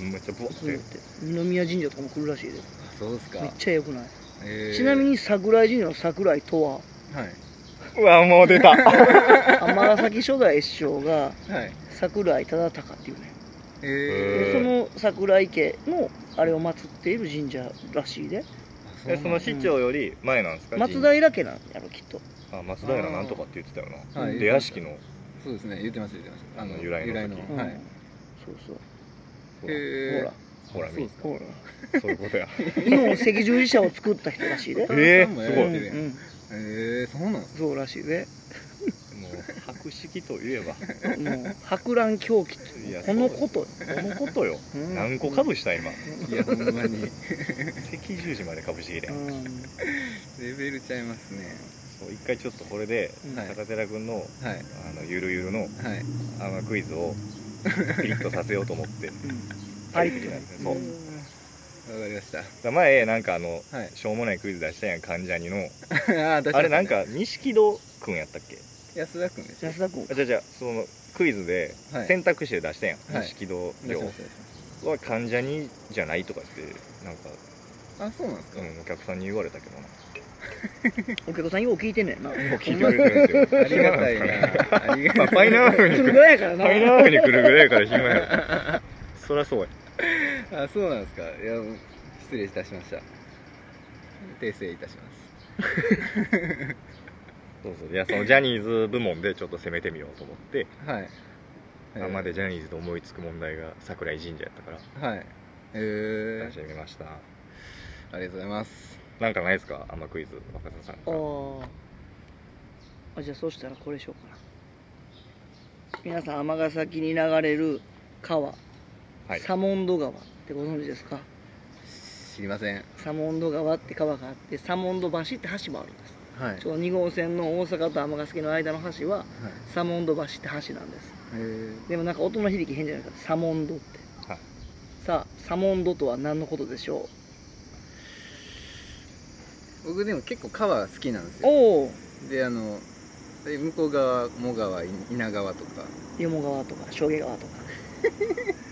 B: めっちゃブワっ
C: そうやってて二宮神社とかも来るらしいで
A: あそうですか
C: めっちゃ良くない、
A: えー
C: ちなみに桜井神社の桜井とは
A: は
B: うわもう出た [laughs]
C: 尼崎初代越将が
A: いはい
C: 桜井忠敬っていうね
A: え
B: へー
C: でその桜井家のあれを祀っている神社らしいで
A: ー [laughs]
B: えその市長より前なんですか
C: 松平家なんやろきっと
B: あ松平なんとかって言ってたよな、
A: はい
B: で屋敷の
A: そうですね言ってました言ってました
B: 由来の時
C: うん
A: はい
C: そうそう
B: ほら
A: へー
B: ほら
A: そうです
C: ほ
B: そういうことや
C: ら日本赤十字社を作った人らし
A: [laughs]
C: いで
B: えー
A: お母さんも
B: す
A: や
B: ご
A: ら
B: い
A: れてるやん
C: うんうん
A: えー、そうなんです
C: そうらしいで
B: もう博識といえば
C: もう博覧狂気
B: いや
C: このことよ
B: このことよ
C: うん
B: 何個かぶした今
A: かいやほんまに
B: 赤十字までかぶし切れ
C: うん
A: [laughs] レベルちゃいますね
B: そう一回ちょっとこれで
A: はい
B: 高寺君の
A: はい
B: あのゆるゆるの
A: はい
B: あのクイズをピリッとさせようと思って
C: パリッとね
B: そう
A: わかりました
B: だ前なんかあの
A: はい
B: しょうもないクイズ出したやん関ジャニの
A: [laughs] あー出しましたね
B: あれなんか錦戸くんやったっけ
A: 安田君でしょ
C: 安田君
B: あじゃじゃそのクイズで
A: はい
B: 選択肢で出したやん
A: はい
B: 錦戸
A: 出しました出しまし
B: 寮は関ジャニじゃないとかってなんか、
A: たあそうなんですか、
B: うん、お客さんに言われたけ [laughs] どな
C: お客さんよう聞いてんねんな
B: もう聞いてくれてるんですよ
A: ありがたいなありが
B: [laughs] まあファイナーフに来 [laughs]
C: 来る
B: る
C: ぐらいやから
B: フ
C: な
B: ァイナーフに来るぐらいやから暇やろ [laughs] そりゃそうや
A: あそうなんですかいや失礼いたしました訂正いたします
B: そうそういやそのジャニーズ部門でちょっと攻めてみようと思って
A: はい
B: 今までジャニーズで思いつく問題が桜井神社やったから
A: はいえー
B: 出してみました
A: ありがとうございます
B: なんかないですかあんまクイズ若狭さん
C: あ
B: から
C: ーあじゃあそうしたらこれしようかな皆さん尼崎に流れる川、
B: はい
C: サモンド川ってご存知ですか
A: 知りません
C: サモンド川って川があってサモンド橋って橋もあるんです
A: はい
C: ちょうど2号線の大阪と尼崎の間の橋はサモンド橋って橋なんです
A: えー
C: でもなんか音の響き変じゃないですかサモンドって、
B: はい
C: さあサモンドとは何のことでしょ
A: 僕でも結構川好きなんです
C: うお
A: よ
C: お
A: であので向こう側茂川い稲川とか
C: 四川とか将棋川とか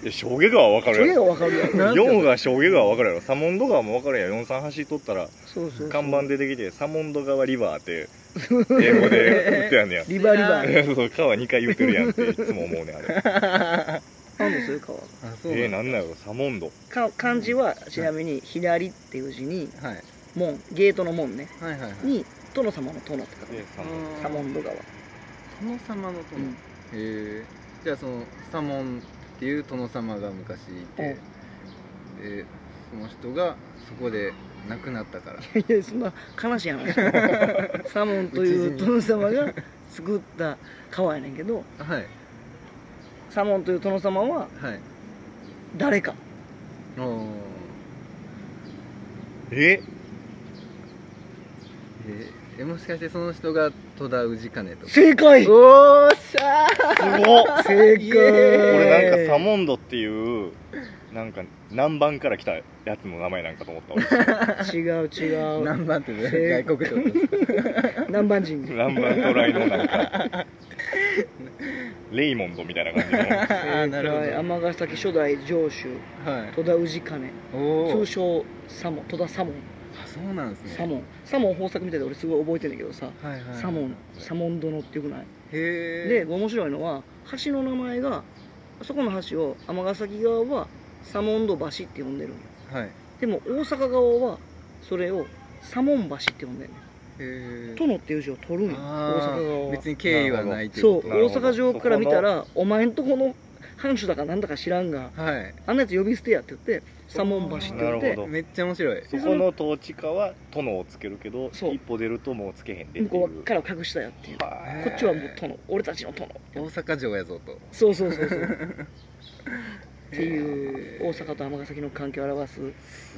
B: いや将棋川は分か
C: 将
B: る
C: 棋
B: やろ
C: 川わかるやろ
A: なんて言うの
B: 4が将棋川分かるやろサモンド川も分かるやん4三走っとったら
C: そうそうそう
B: 看板出てきてサモンド川リバーって英語で打ってやんねや [laughs]
C: リバリバ
B: そう川2回言ってるやんっていつも思うねんあれ
C: なんですよ川が
A: あそ
B: えー、なんなんやろサモンド
C: か漢字はちなみに「左」っていう字に
A: はい
C: 「門」ゲートの門ね
A: はいはいはい
C: に「殿様の殿」って書く
B: えーサモン
C: サモンド川、
A: 殿様の殿、へえじゃあそのサモンっていう殿様が昔いて、でその人がそこで亡くなったから
C: [laughs] いやそんな悲しい
A: [laughs]
C: 話サモンという殿様が作った川やねんけど
A: はい
C: サモンという殿様は
A: はい
C: 誰か
A: おー
B: ドえ
A: えーえもしかしてその人が戸田氏兼とか
C: 正解
A: おーっしゃ
B: すごっ
C: 正
A: イエーイ
C: 解
B: 俺なんかサモンドっていうなんか南蛮から来たやつの名前なんかと思った俺
C: 違う違う
A: 何番ってね
C: えー
A: 外国ってことですか
C: 南蛮人
B: 南蛮渡来のなんかレイモンドみたいな感じの
C: [laughs]
A: あーなるほど
C: 尼崎初代城主
A: はい
C: 戸田氏兼
A: おお
C: 通称サモン戸田サモン
A: そうなんですね
C: サモンサモン豊作みたいで俺すごい覚えてんだけどさ
A: はいはい
C: サモンサモン殿ってよくない
A: へえ
C: で面白いのは橋の名前がそこの橋を尼崎側はサモンド橋って呼んでるんよ
A: はいへ
C: でも大阪側はそれをサモン橋って呼んでるね
A: え
C: 殿っていう字を取るんよ大
A: あ
C: 阪側
A: あ
C: は
A: 別に敬意はないとい
C: そう
A: うこと
B: なる
C: 大
B: ほど
C: 阪城から見たらお前んとこの藩主だかなんだか知らんが
A: はい
C: あんなやつ呼び捨てやって言って左門橋って言っ
B: なる
C: て
B: ほど
A: めっちゃ面白い
B: そこの統治下は殿をつけるけど
C: そう
B: 一歩出るともうつけへんでっ
C: 向
B: てい
C: こ
B: う
C: うから隠したやっていうこ
B: は
A: へ
B: い
A: ー
C: っちはもう殿俺たちの殿
A: 大阪城やぞと
C: そうそうそうそうって
A: へ
C: いう
A: ー
C: 大阪と尼崎の関係を表す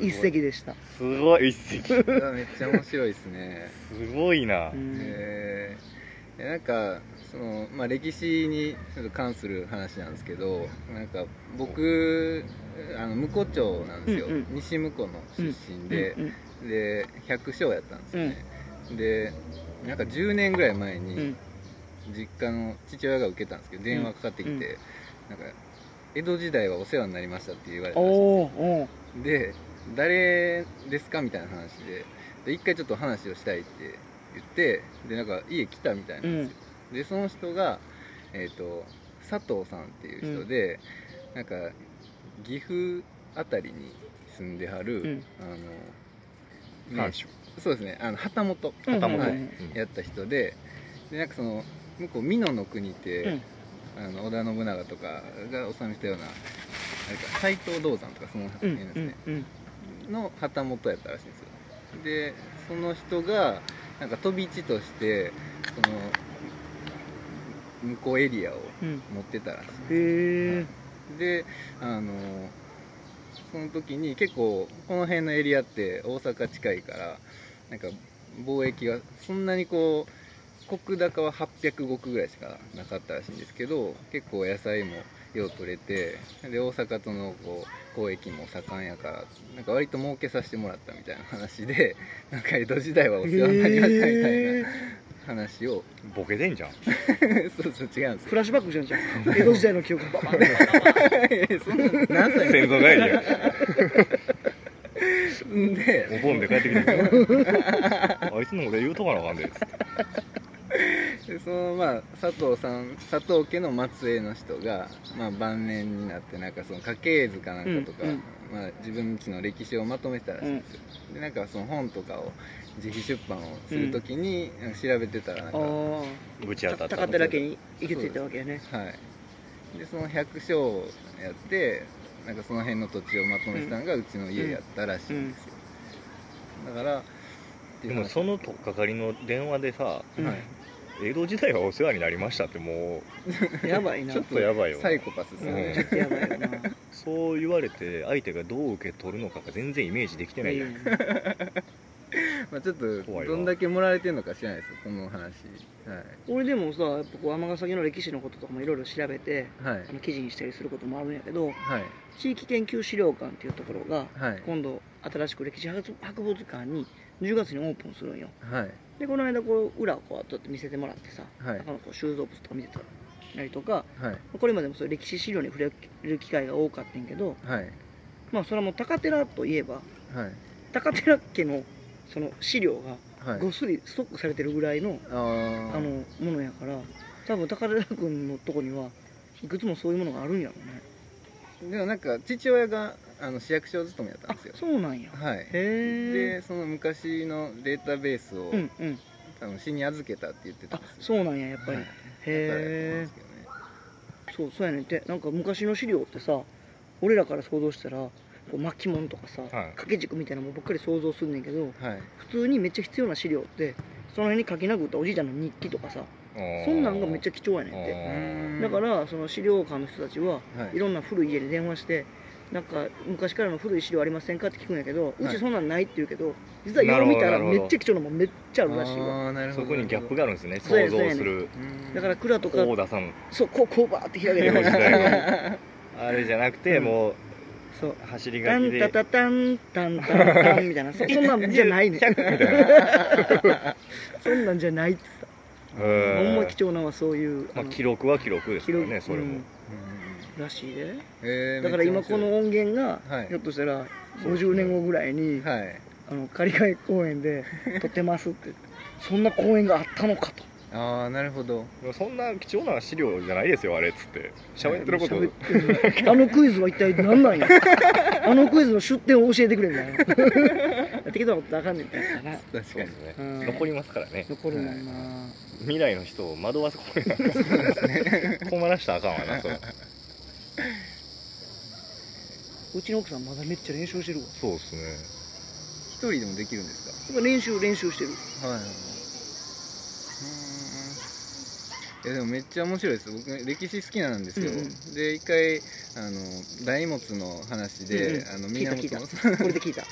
C: 一石でした
B: すごい一石す
A: うわめっちゃ面白いですね
B: ごいな、
C: うん
A: へえなんかその、まあ、歴史にちょっと関する話なんですけどなんか僕あの婿町なんですよ、
C: うんうん
A: 西向こうの出身で、
C: うんうん
A: で百姓やったんですよね、でなんか10年ぐらい前
C: う
A: に
C: ん
A: 実家の父親が受けたんですけど電話かかってきて、
C: うんうん
A: なんか江戸時代はお世話になりましたって言われたん
C: お
A: ですよ
C: ーおー
A: で誰ですかみたいな話でで一回ちょっと話をしたいって言ってでなんか家来たみたいなんですよ、でその人が、えー、と佐藤さんっていう人で、なんか岐阜あたりに住んではる、
C: うん
A: あのね
B: 藩主
A: そうですねあの旗本
C: うん
B: 旗本、
A: はい
B: うん
A: やった人ででなんかその向こう美濃の国って、あの織田信長とかが治めてたような斎藤道山とかその
C: うん
A: 辺ですね、
C: うん
A: の旗本やったらしいんですよでその人がなんか飛び地としてその向こうエリアを
C: うんうん
A: 持ってたらし
C: へえ
A: いであのその時に結構この辺のエリアって大阪近いからなんか貿易がそんなにこう石高は800石ぐらいしかなかったらしいんですけど結構野菜もよう取れてで大阪とのこう交易も盛んやからなんか割と儲けさせてもらったみたいな話で [laughs] なんか江戸時代はお世話になりましたみたいな話を、 [laughs]
B: ボケてんじゃん
A: そうそう違うんです
C: フラッシュバックじゃんじゃん江戸時代の記憶がババン
A: よ [laughs] そんな何歳
B: 先祖返りや
A: んで
B: お盆で帰ってきてあいつのこと言うとかなあかんでっつって
A: でそのまあ佐藤さん佐藤家の末裔の人が、まあ、晩年になってなんかその家系図かなんかとか、
C: うんうん
A: まあ、自分家の歴史をまとめてたらしいんですよ、でなんかその本とかを自費出版をするときに、なんか調べてたらなんか、は
C: あ
B: ぶち当た
C: あ
B: った
C: 高寺家に行けていたわけやね
A: いでその百姓やってなんかその辺の土地をまとめてたのがうちの家やったらしいんですよ、だからってい
B: で
A: う話
B: もその取っかかりの電話でさ
C: うん
A: はい
B: 江戸時代はお世話になりましたっても
C: やばいな
B: ちょっとやばいよ
A: サイコパスですよ
C: うん
A: ね
C: ちょっとやばいよな
B: うそう言われて相手がどう受け取るのかが全然イメージできてないやん
A: まあ、ちょっと
B: 怖いわ
A: どんだけ盛られてるのか知らないですこの話は
C: 俺でもさやっぱこう尼崎の歴史のこととかもいろいろ調べて
A: いはい
C: あの記事にしたりすることもあるんやけど
A: はい
C: 地域研究資料館っていうところが
A: はい
C: 今度新しく歴史博物館に10月にオープンするんよ
A: はい
C: でこの間こう裏をこうやって見せてもらってさ
A: はい
C: 中のこう収蔵物とか見てたりとか
A: はい
C: これまでもそういう歴史資料に触れる機会が多かったんやけど
A: はい
C: まあそれはもう高寺といえば
A: はい
C: 高寺家のその資料が
A: はい
C: ごっそりストックされてるぐらいの
A: あー
C: あのものやから多分高田君のとこにはいくつもそういうものがあるんやろうね
A: でもなんか父親があの市役所勤めやった
C: あ
A: んですよ
C: そうなんや
A: はい
C: へえ
A: でその昔のデータベースを、
C: うんうん
A: あの市に預けたって言ってた
C: あ
A: んですよ
C: そうなんややっぱり、
A: はい
C: へ
A: へ
C: えそうそうやねんてなんか昔の資料ってさ俺らから想像したらこう巻物とかさ、掛け軸みたいなのもばっかり想像すんねんけど
A: はい
C: 普通にめっちゃ必要な資料ってその辺に書き殴ったおじいちゃんの日記とかさそんなんがめっちゃ
B: ゃ
C: 貴重やねんて
A: う
B: う
A: ーん
C: だからその資料館の人たちは
A: はい
C: いろんな古い家に電話してなんか昔からの古い資料ありませんかって聞くんやけど、うちそんなんないって言うけど実は
B: なる
C: よ
B: ほど
C: う見たら
B: なるほ
C: め
B: ど
C: っちゃ貴重なもんめっちゃあるらしいわ
A: ああなるほ
B: そ
A: ど
B: こにギャップ
A: が
B: があるんですね
C: そうや
B: 想
C: ね
B: 像す
C: そうやね
B: る
C: だから蔵とか
B: こう出さん [laughs]
C: そうこうこうバーって開け
B: 江
C: [laughs]
B: 戸時
C: て
B: 代のあれじゃなくて
C: うん
B: もう
C: そう
B: 走り
C: タ
B: 書き
C: ン
B: で
C: タタタンタンタンタンみたいなそそんなんじゃないね [laughs] そんなんじゃないってさほんま
B: え
C: 貴重なのはそういう、
B: まあ、
C: の
B: 記録は記録ですからねそれ
C: う
B: も
C: ん、らしいで
A: えー
C: だから今この音源が、
A: はい
C: ひょっとしたら50年後ぐらいに、
A: はい
C: あの仮替え公演で撮ってますってそんな公演があったのかと
A: ああなるほど
B: そんな貴重な資料じゃないですよあれっつって喋ってること
C: 喋ってるあのクイズは一体何なんやあのクイズの出典を教えてくれみたいなや
B: [laughs]
C: ってきたことあかんねんってやつだな
A: 確
B: そう
A: か
B: で
A: に
B: すね、
C: うん
B: 残りますからね
C: 残るもんな、
B: 未来の人を惑わすこれなんか
C: [laughs]
B: 困らしたらあかんわなそれ
C: うちの奥さんまだめっちゃ練習してるわ
B: そうです
A: 一人でもできるんです
C: 今練習練習してる
A: かはいはいはいうーんいやでもめっちゃ面白いです僕ね歴史好きなんですよ、
C: うんうん
A: で一回あの大物の話で、
C: うんうん
A: あの
C: 聞いた
A: 源の
C: これで聞 [laughs] いた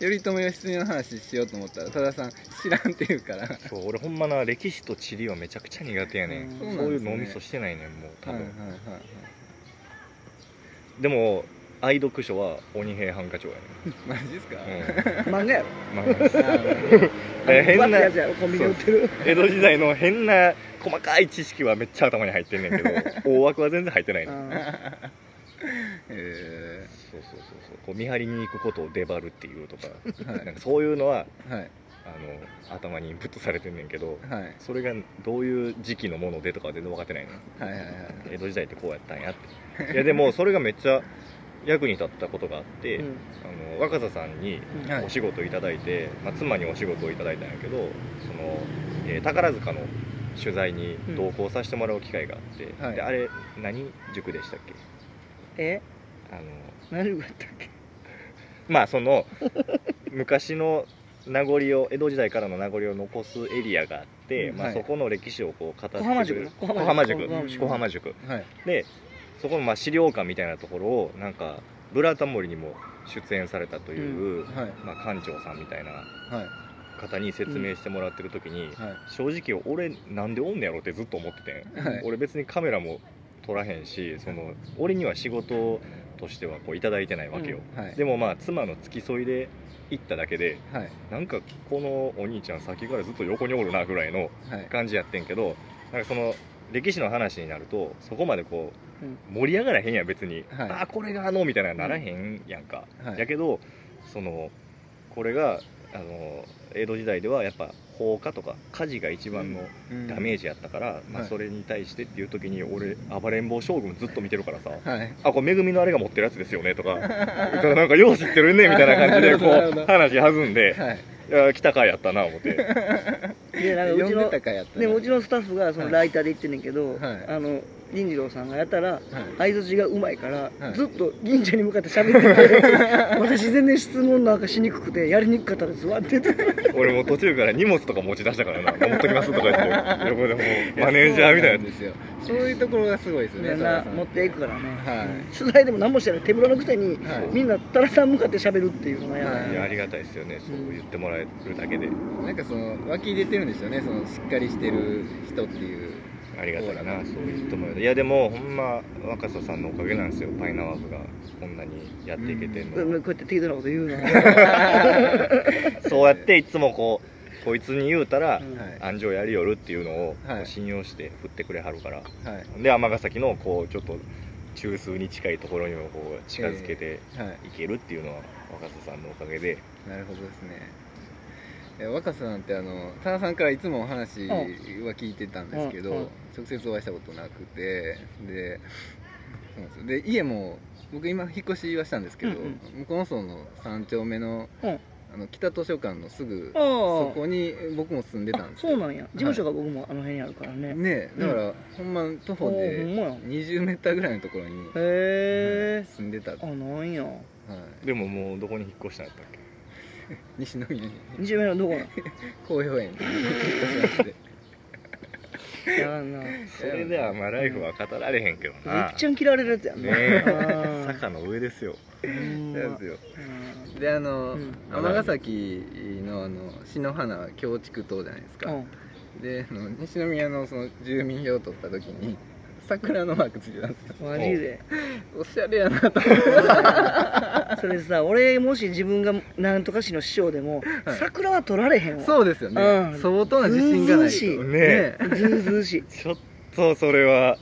A: 頼朝義経の話しようと思ったら多田さん知らんって言うから
B: ねそう俺ほんまな歴史と地理はめちゃくちゃ苦手やねん、
C: うん
B: そう
A: そうなん
B: い
A: で
B: う
A: すね
B: 脳みそしてないねんもう多分、
A: はいはいはいはい
B: でも愛読書は鬼平犯科帳やね
A: マジですか、
B: ん、
C: 漫画やろ
B: うんまあ
A: あー
B: え [laughs] 変
C: [laughs]
B: な
C: やつやろコンビニで売ってる
B: 江戸時代の変な細かい知識はめっちゃ頭に入ってんねんけど大枠は全然入ってないね
C: うん
A: え
B: そうそうそうそうこう見張りに行くことを出張るっていうとか
A: ー、は
B: なん
A: い
B: かそういうのは
A: はい
B: あの頭にインプットされてんねんけど
A: はい
B: それがどういう時期のものでとかは全然分かってないの
A: はいはいはい
B: 江戸時代ってこうやったんやっていやでもそれがめっちゃ役に立ったことがあって、
C: うん
B: あの若狭さんに
C: うん
A: はい
B: お仕事をいただいて、まあ、妻にお仕事をいただいたんやけどその、えー宝塚の取材に同行させてもらう機会があって、
A: はい
B: であれ何塾でしたっけ
C: え
B: あの
C: 何塾やったっけ
B: まあその
A: [laughs]
B: 昔の名残を江戸時代からの名残を残すエリアがあって、
A: うん
B: まあ、
A: はい
B: そこの歴史をこう語って
C: 小浜
B: く
C: 塾
B: れ
C: な
B: る小浜塾
C: 小浜塾
B: 小浜塾
A: はい
B: でそこのまあ資料館みたいなところをなんか「ブラタモリ」にも出演されたという、
A: はい
B: まあ、館長さんみたいな
A: はい
B: 方に説明してもらってる時
A: は
B: に、
A: い
B: 正直俺なんでおんねやろってずっと思ってて、
A: はい
B: 俺別にカメラも撮らへんしその俺には仕事としてはこういただいてないわけよ、
A: はい
B: でもまあ妻の付き添いで行っただけで
A: はい
B: なんかこのお兄ちゃん先からずっと横におるなぐらいの
A: はい
B: 感じやってんけどなんかその歴史の話になるとそこまでこ
C: うん
B: う盛り上がらへんやん別に、
A: はい
B: ああこれがあのみたいなのならへんやんか、
A: はい
B: やけどそのこれがあの江戸時代ではやっぱ放火とか火事が一番のダメー
A: ジ
B: ジやったから、まあ、
A: はい
B: それに対してっていう時に俺暴れん坊将軍ずっと見てるからさ
A: はい
B: あこれめぐみのあれが持ってるやつですよ
A: [laughs]
B: ねとかだからなんかよう知ってるねみたいな感じでこ
A: なるほ
B: う
A: ど
B: 話弾んで
A: はい
B: いや来たかやったな思って
C: でなんかう
A: 呼
C: ち
A: んで
C: の
A: たかやった
C: でもうちのスタッフがその
A: はい
C: ライターで言ってんねんけ
A: は
C: ど、
A: い
C: あの銀次郎さんがやたら
A: はい
C: 相づちがうまいから、
A: はい
C: ずっと銀ちゃんに向かって喋ってて [laughs] 私全然質問なんかしにくくてやりにくかったですわって言って
B: 俺もう途中から荷物とか持ち出したからな持っときますとか言って横でもうマネージャーみたい
A: ん
B: な
A: ですよそういうところがすごいですよね
C: みんな持っていくからね、
A: はい
C: うん取材でも何もしてない手ぶらのくせに
A: はい
C: みんなたらさん向かって喋るっていうのがやだ
A: はい
B: いやありがたいですよねそう言ってもらえるだけで
A: なんかその湧き出てるんですよねそのしっかりしてる人っていう
B: ありがたいなそう言ってもらえるいやでもほんま若狭さんのおかげなんですよパイナワーズがこんなにやっていけてんのは、
C: うんこうやって適当なこと言うの
B: そうやっていつもこうこいつに言うたら、
C: うん
A: はい
B: 安城やりよるっていうのをこう
A: はい
B: 信用して振ってくれはるから、
A: はい
B: で尼崎のこうちょっと中枢に近いところにもこう近づけて
A: はい
B: いけるっていうのは若狭さんのおかげで
A: なるほどですねいや若狭さんってあの田中さんからいつもお話は聞いてたんですけど、
C: うんうん
A: 直接お会いしたことなくてでそうなんですよで家も僕今引っ越しはしたんですけど、
C: うん
A: 向こうの層の3丁目の,、
C: うん
A: あの北図書館のすぐ
C: ああ
A: そこに僕も住んでたんです
C: そう
A: よ
C: なんや事務所が僕もあの辺にあるからね、
A: ねえだから、ほんま徒歩
C: あほん
A: で
C: まや
A: 20メーターぐらいのところに
C: へえ、
A: 住んでた、はい
C: あなんや
B: でももうどこに引っ越したんやったっけ
A: 西宮に
C: 二十名のどこなん
A: 紅葉園
C: [laughs]
A: に引っ越しまして
C: やらん [laughs] な
B: それではまあライフは語られへんけど
C: め
B: な
C: っちゃ嫌われるやつやんな
B: ねえ
C: あー
B: 坂の上ですよ
C: ほんま
A: そうですよであの
C: うん
A: 尼、崎のあの篠花京畜島じゃないです
C: う
A: か、
C: ん
A: であの西宮のその住民票を取った時に桜のマークついてたんですよ
C: マジで
A: おしゃれやなと
C: それさ俺もし自分がなんとか市の師匠でも、
A: はい
C: 桜は取られへんわ
A: そうですよね、
C: うん
A: 相当な自信がないと
C: ずうずうしい
B: ね
A: ね
C: ずうずうしい
B: ちょっとそれ
C: [laughs]
B: は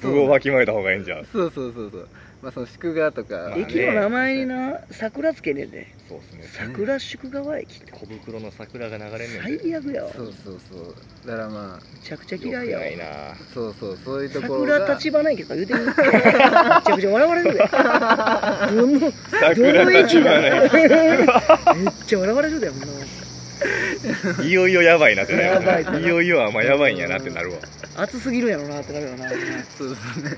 B: 部をわきまえた方がいいんじゃん
A: そうそうそうそうまあその祝賀とか
B: まあね
C: 駅の名前にな桜つけねえで
B: そうですね
C: 桜宿川駅って
B: 小袋の桜が流れんねんで
C: 最悪やわ
A: そうそうそうだからまあ
C: めちゃくちゃ
B: 良
C: 嫌い
B: く
C: やわ
B: ないな
A: そうそうそういうところ
C: 桜
A: が
C: 立花駅とか言う
A: [laughs]
C: てるめちゃくちゃ笑われるでどのどの
B: 桜
C: 駅
B: 立花
C: だ
B: 駅
C: めっちゃ笑われるでほんなもん
B: いよいよやばいなってな
C: やばい
B: る
C: か
B: わ
C: な
B: ねいよいよあんまやばいんやなってなるわ
C: 暑すぎるんやろなってなるよなで
A: そうですね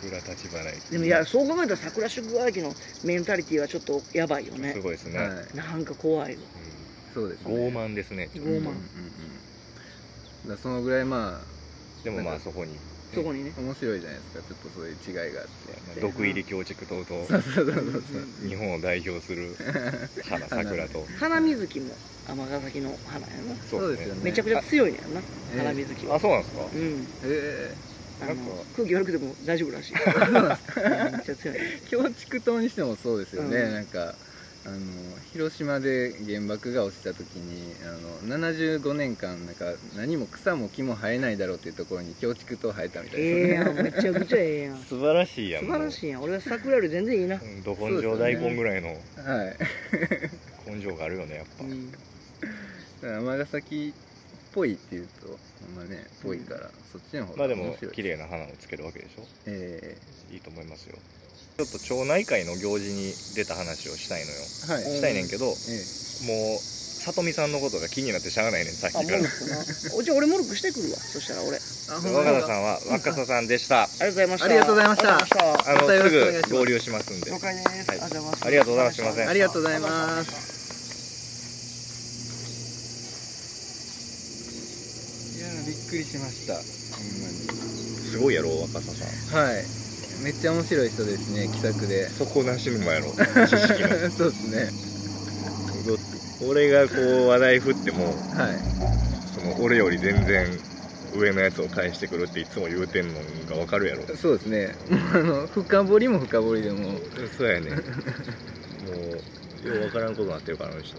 B: 桜立花駅
C: もいやそう考えたら桜宿川駅のメンタリティーはちょっとやばいよね
B: すごいですね、
A: はい
C: なんか怖いよ
A: そうです
B: うん傲
A: ね
B: 慢ですね
C: 傲
A: うんうんうん
C: 慢
A: だからそのぐらいま
B: でもまあそ
C: [laughs]
B: こに
C: そこにね
A: あ面白いじゃないですかちょっとそういう違いがあって
B: 毒入り強竹刀と
A: そうそうそう
B: 日本を代表す
C: [laughs]
B: る花桜と
C: 花水木も尼崎の花やな
A: そうそうですよ
B: ね
A: ね
C: めちゃくちゃ強いねやんな
A: え
C: 花
A: え
C: 水木は
B: あそうなんですか
C: うん
A: え
C: あ
B: な
C: の
B: んか
C: 空気悪くても大丈夫ら [laughs] しいめっちゃ強い
A: え強竹刀にしてもそうですよね、
C: うん
A: なんかあの広島で原爆が落ちた時にあの75年間なんか何も草も木も生えないだろうっていうところに強竹刀生えたみたい
C: ええ
A: ですね、
C: やんめちゃくちゃええやん素
B: 素晴らしいやん
C: 晴らし
B: い
C: いやん俺は桜より全然いいな
B: ど根性大根ぐらいの
A: はい
B: 根性があるよねやっぱ、
C: うん
A: 尼崎っぽいっていうとほんまねっぽいから、そっちの方
B: ま
A: が
B: あで
A: 面
B: も
A: 白い
B: 綺麗な花をつけるわけでしょ
A: え
B: いいと思いますよちょっと町内会の行事に出た話をしたいのよ
A: えはい
C: うん
B: したいねんけども
A: え
B: う里美さんのことが気になってしゃあないねんさっ
C: あ
B: き
C: モ
B: か
C: ル
B: ら
C: ックなおじゃあ俺モルックしてくるわそしたら俺あり
A: え、あ
B: 若田さんは若狭さんでした
C: がとうございました
A: ありがとうございました
C: ありがとうございま
B: あ
A: [laughs]
B: の
A: またよろしくお願いします
B: すぐ合流しますんで
C: 了解です、
B: はい
C: ありがとうござい
B: ありがとうござ
C: ます
B: いますすいません
A: ありがとうございますいやーびっくりしましたほ
B: すごいやろ若狭さん
A: んまにはいめっちゃ面白い人ですね気さくで [laughs]
B: 底なし沼やろ知識の
A: そうですね
B: 俺がこう話題振っても
A: はい
B: その俺より全然上のやつを返してくるっていつも言うてんのがわかるやろ
A: そうですね [laughs] もうあの深掘りも深掘りでもう
B: そうやねもうようわからんことになってるからあの人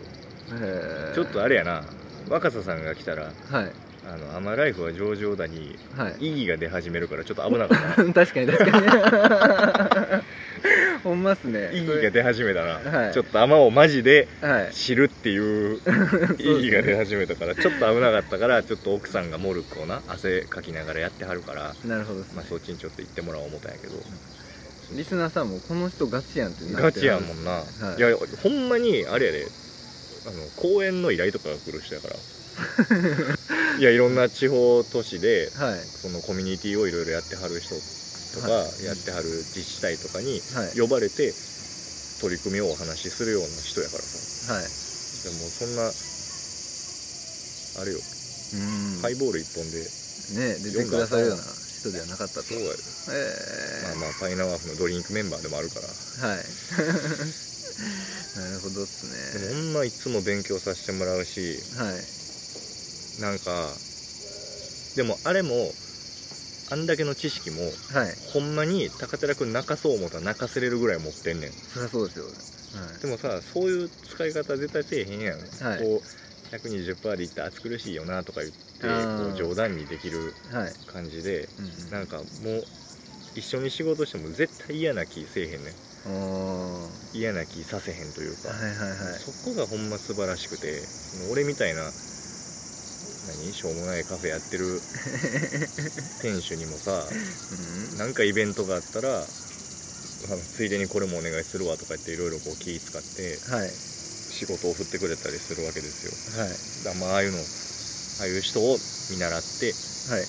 A: えー
B: ちょっとあれやな若狭さんが来たら
A: はい
B: 「あのアマライフは上々だ」に
A: はい
B: 意義が出始めるからちょっと危な
A: [laughs]
B: かっ
A: 確かに確かに [laughs] ほんまっすね
B: た意義が出始めたら、
A: はい
B: ちょっとアマをマジで
A: はい
B: 知るっていう意義が出始めたからちょっと危なかったからちょっと奥さんがモルックをな汗かきながらやってはるから、
A: なるほどっすね
B: まあ、そっちにちょっと行ってもらおう思ったんやけど
A: リスナーさんもこの人ガチやんってな
B: ガ
A: って
B: チやも
A: ん
B: んな、
A: はい
B: い、やほんまにあれやであの公演の依頼とかが来る人やから [laughs] いやいろんな地方都市で
A: はい
B: そのコミュニティをいろいろやってはる人とか、
A: はい
B: やってはる自治体とかに
A: はい
B: 呼ばれて取り組みをお話しするような人やからさ
A: はい
B: でもそんなあれよ、
A: うん
B: ハイボール一本で
A: ね出てくださるような人ではなかったと
B: そうやで
A: え
B: まあまあパイナワーフのドリンクメンバーでもあるから
A: ー、はい [laughs] なるほどっすね
B: でもほんまいつも勉強させてもらうし
A: はい
B: なんかでもあれもあんだけの知識も
A: はい
B: ほんまに高寺君泣かそう思ったら泣かせれるぐらい持ってんねん
A: そりゃそうですよ
B: でもさそういう使い方絶対せえへんやん、
A: はい
B: こう120%でいったら暑苦しいよなとか言って
A: あー
B: こう冗談にできる
A: はいはい
B: 感じで
A: うん
B: なんかもう一緒に仕事しても絶対嫌な気せえへんねん
A: うんお
B: 嫌な気させへんという
A: ー
B: か、
A: はいはいはい
B: そこがほんま素晴らしくて俺みたいな何しょうもないカフェやって
A: [laughs]
B: る店主にもさなんかイベントがあったらあのついでにこれもお願いするわとか言っていろいろこう気使って
A: うんはい
B: 仕事を振ってくれたりするわけですよ
A: はい
B: だからまあああいうのああいう人を見習って
A: はい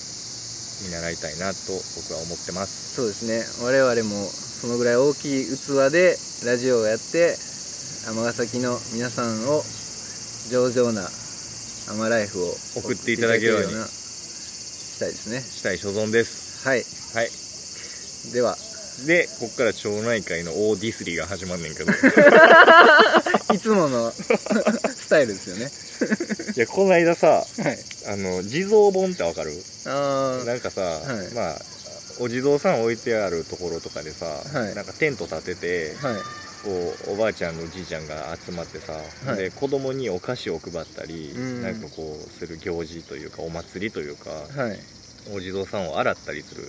B: 見習いたいなと僕は思ってます
A: そうですね我々もそのぐらい大きい器でラジオをやって尼崎の皆さんを上々なアマライフを
B: 送っていただけるように
A: 送っていただけるようなしたいですね
B: したい所存です
A: はい
B: はい
A: では
B: でこっから町内会の大ディスリーが始まんね
A: [laughs]
B: んけどい
A: いつも
B: [laughs]
A: のスタイルですよね
B: やこの間さ
A: はい
B: あの地蔵本ってわかる
A: あ
B: なんかさ、
A: はい
B: まあお地蔵さん置いてあるところとかでさ、
A: はい
B: なんかテント立てて
A: あはい
B: こうおばあちゃんのおじいちゃんが集まってさ、
A: い
B: で子供にお菓子を配ったり、
A: うん
B: なんかこうする行事というかお祭りというか、
A: はい
B: お地蔵さんを洗ったりする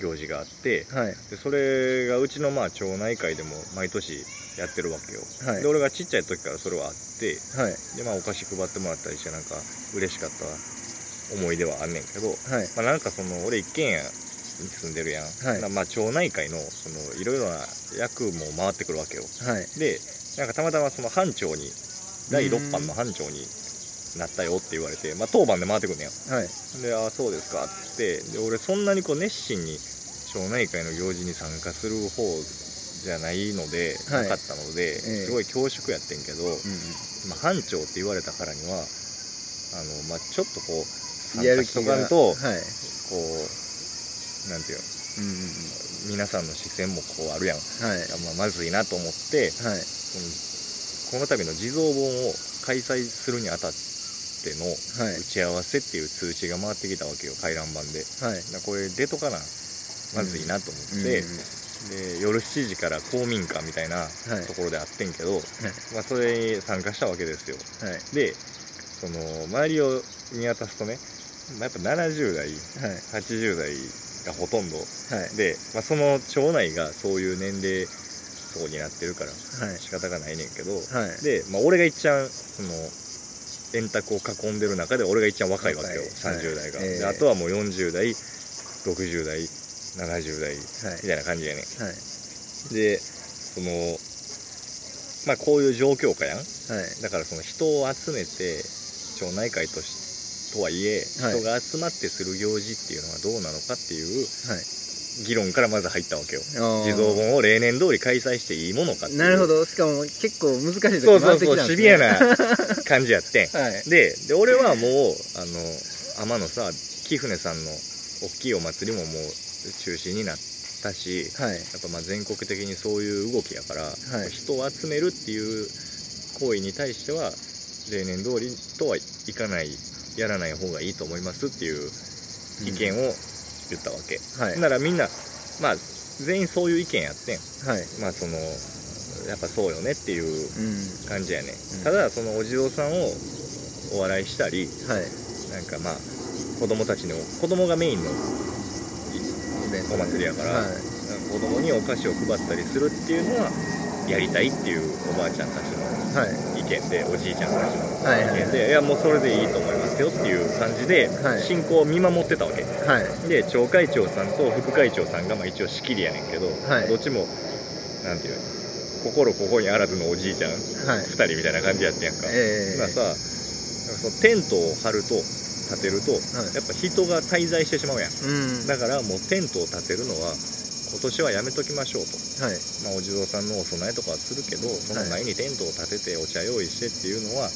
B: 行事があって
A: はい
B: でそれがうちのまあ町内会でも毎年やってるわけよ、
A: はい
B: で俺がちっちゃい時からそれはあって
A: はい
B: で、まあ、お菓子配ってもらったりしてなんか嬉しかった思い出はあんねんけど、
A: はい
B: まあ、なんかその俺一軒家に住んでるやん、
A: はい
B: なまあ、町内会のそのいろいろな役も回ってくるわけよ
A: はい
B: でなんかたまたまその班長に第6班の班長になったよって言われて、まあ、当番で回ってくんね
A: は
B: ん
A: い
B: で「ああそうですか」ってで俺そんなにこう熱心に町内会の行事に参加する方じゃないので、
A: はい
B: なかったので、
A: ええ
B: すごい恐縮やってんけど、まあ、班長って言われたからにはあの、まあ、ちょっとこう参
A: や
B: 加
A: る
B: しと
A: 気
B: か
A: が
B: ん
A: はい
B: と、こうなんていうの
A: うんうん
B: 皆さんの視線もこうあるやん
A: うんはい
B: あまあまずいなと思って
A: はい
B: そのこの度の地蔵本を開催するにあたっての
A: はい
B: 打ち合わせっていう通知が回ってきたわけよ回覧板で。
A: はい
B: なこれ出とかなまずいなと思って、で夜7時から公民館みたいな
A: はい
B: ところであってんけど、まあ、それに参加したわけですよ
A: はい
B: でその周りを見渡すとねまあやっぱ70代
A: はい
B: 80代がほとんど
A: はい
B: で、まあ、その町内がそういう年齢層になってるから
A: はい
B: 仕方がないねんけど、
A: はい
B: で、まあ、俺がいっちゃんその円卓を囲んでる中で俺がいっちゃん若いわけよ、
A: 若い
B: 30代が、
A: はいええ
B: であとはもう40代60代70代み
A: はい
B: たいな感じやね
A: はい
B: でそのまあこういう状況下やん
A: はい
B: だからその人を集めて町内会としとはいえ
A: はい
B: 人が集まってする行事っていうのはどうなのかっていう
A: はい
B: 議論からまず入ったわけよ
A: あー
B: 地蔵本を例年通り開催していいものかっていう
A: なるほどしかも結構難しいと
B: そ
A: こ
B: うそ
A: 回
B: う
A: って
B: そ
A: き
B: う
A: たんですね
B: シビアな
A: [laughs]
B: 感じやってん
A: はい
B: でで俺はもうあの天野さ貴船さんの大きいお祭りももう中止になったし
A: はい
B: やっぱまあ全国的にそういう動きやから、
A: い
B: 人を集めるっていう行為に対しては例年通りとはいかないやらない方がいいと思いますっていう意見を言ったわけ、
A: はい
B: ならみんなまあ全員そういう意見やってん
A: はい
B: まあそのやっぱそうよねっていう
A: うん
B: 感じやね、
A: うん
B: ただそのお地蔵さんをお笑いしたり
A: はい
B: なんかまあ子供たちの子供がメインのい
A: イベント
B: お祭りやから、
A: はい
B: 子供にお菓子を配ったりするっていうのはやりたいっていうおばあちゃんたちの
A: はい
B: 意見でおじいちゃんたちの
A: はいはい
B: 意見でいやもうそれでいいと思いますよっていう感じで
A: はい
B: 進行を見守ってたわけ、
A: はい
B: で町会長さんと副会長さんがまあ一応仕切りやねんけど、
A: はい
B: どっちもなんていうの心ここにあらずのおじいちゃん
A: はい
B: 2人みたいな感じやってんやんか、
A: ええ
B: 今さなんかそのテントを張ると立てると、やっぱ人が滞在してしまうやん
A: うん
B: だからもうテントを建てるのは今年はやめときましょうと、
A: はいはい
B: まあ、お地蔵さんのお供えとかはするけどその前にテントを建ててお茶用意してっていうのは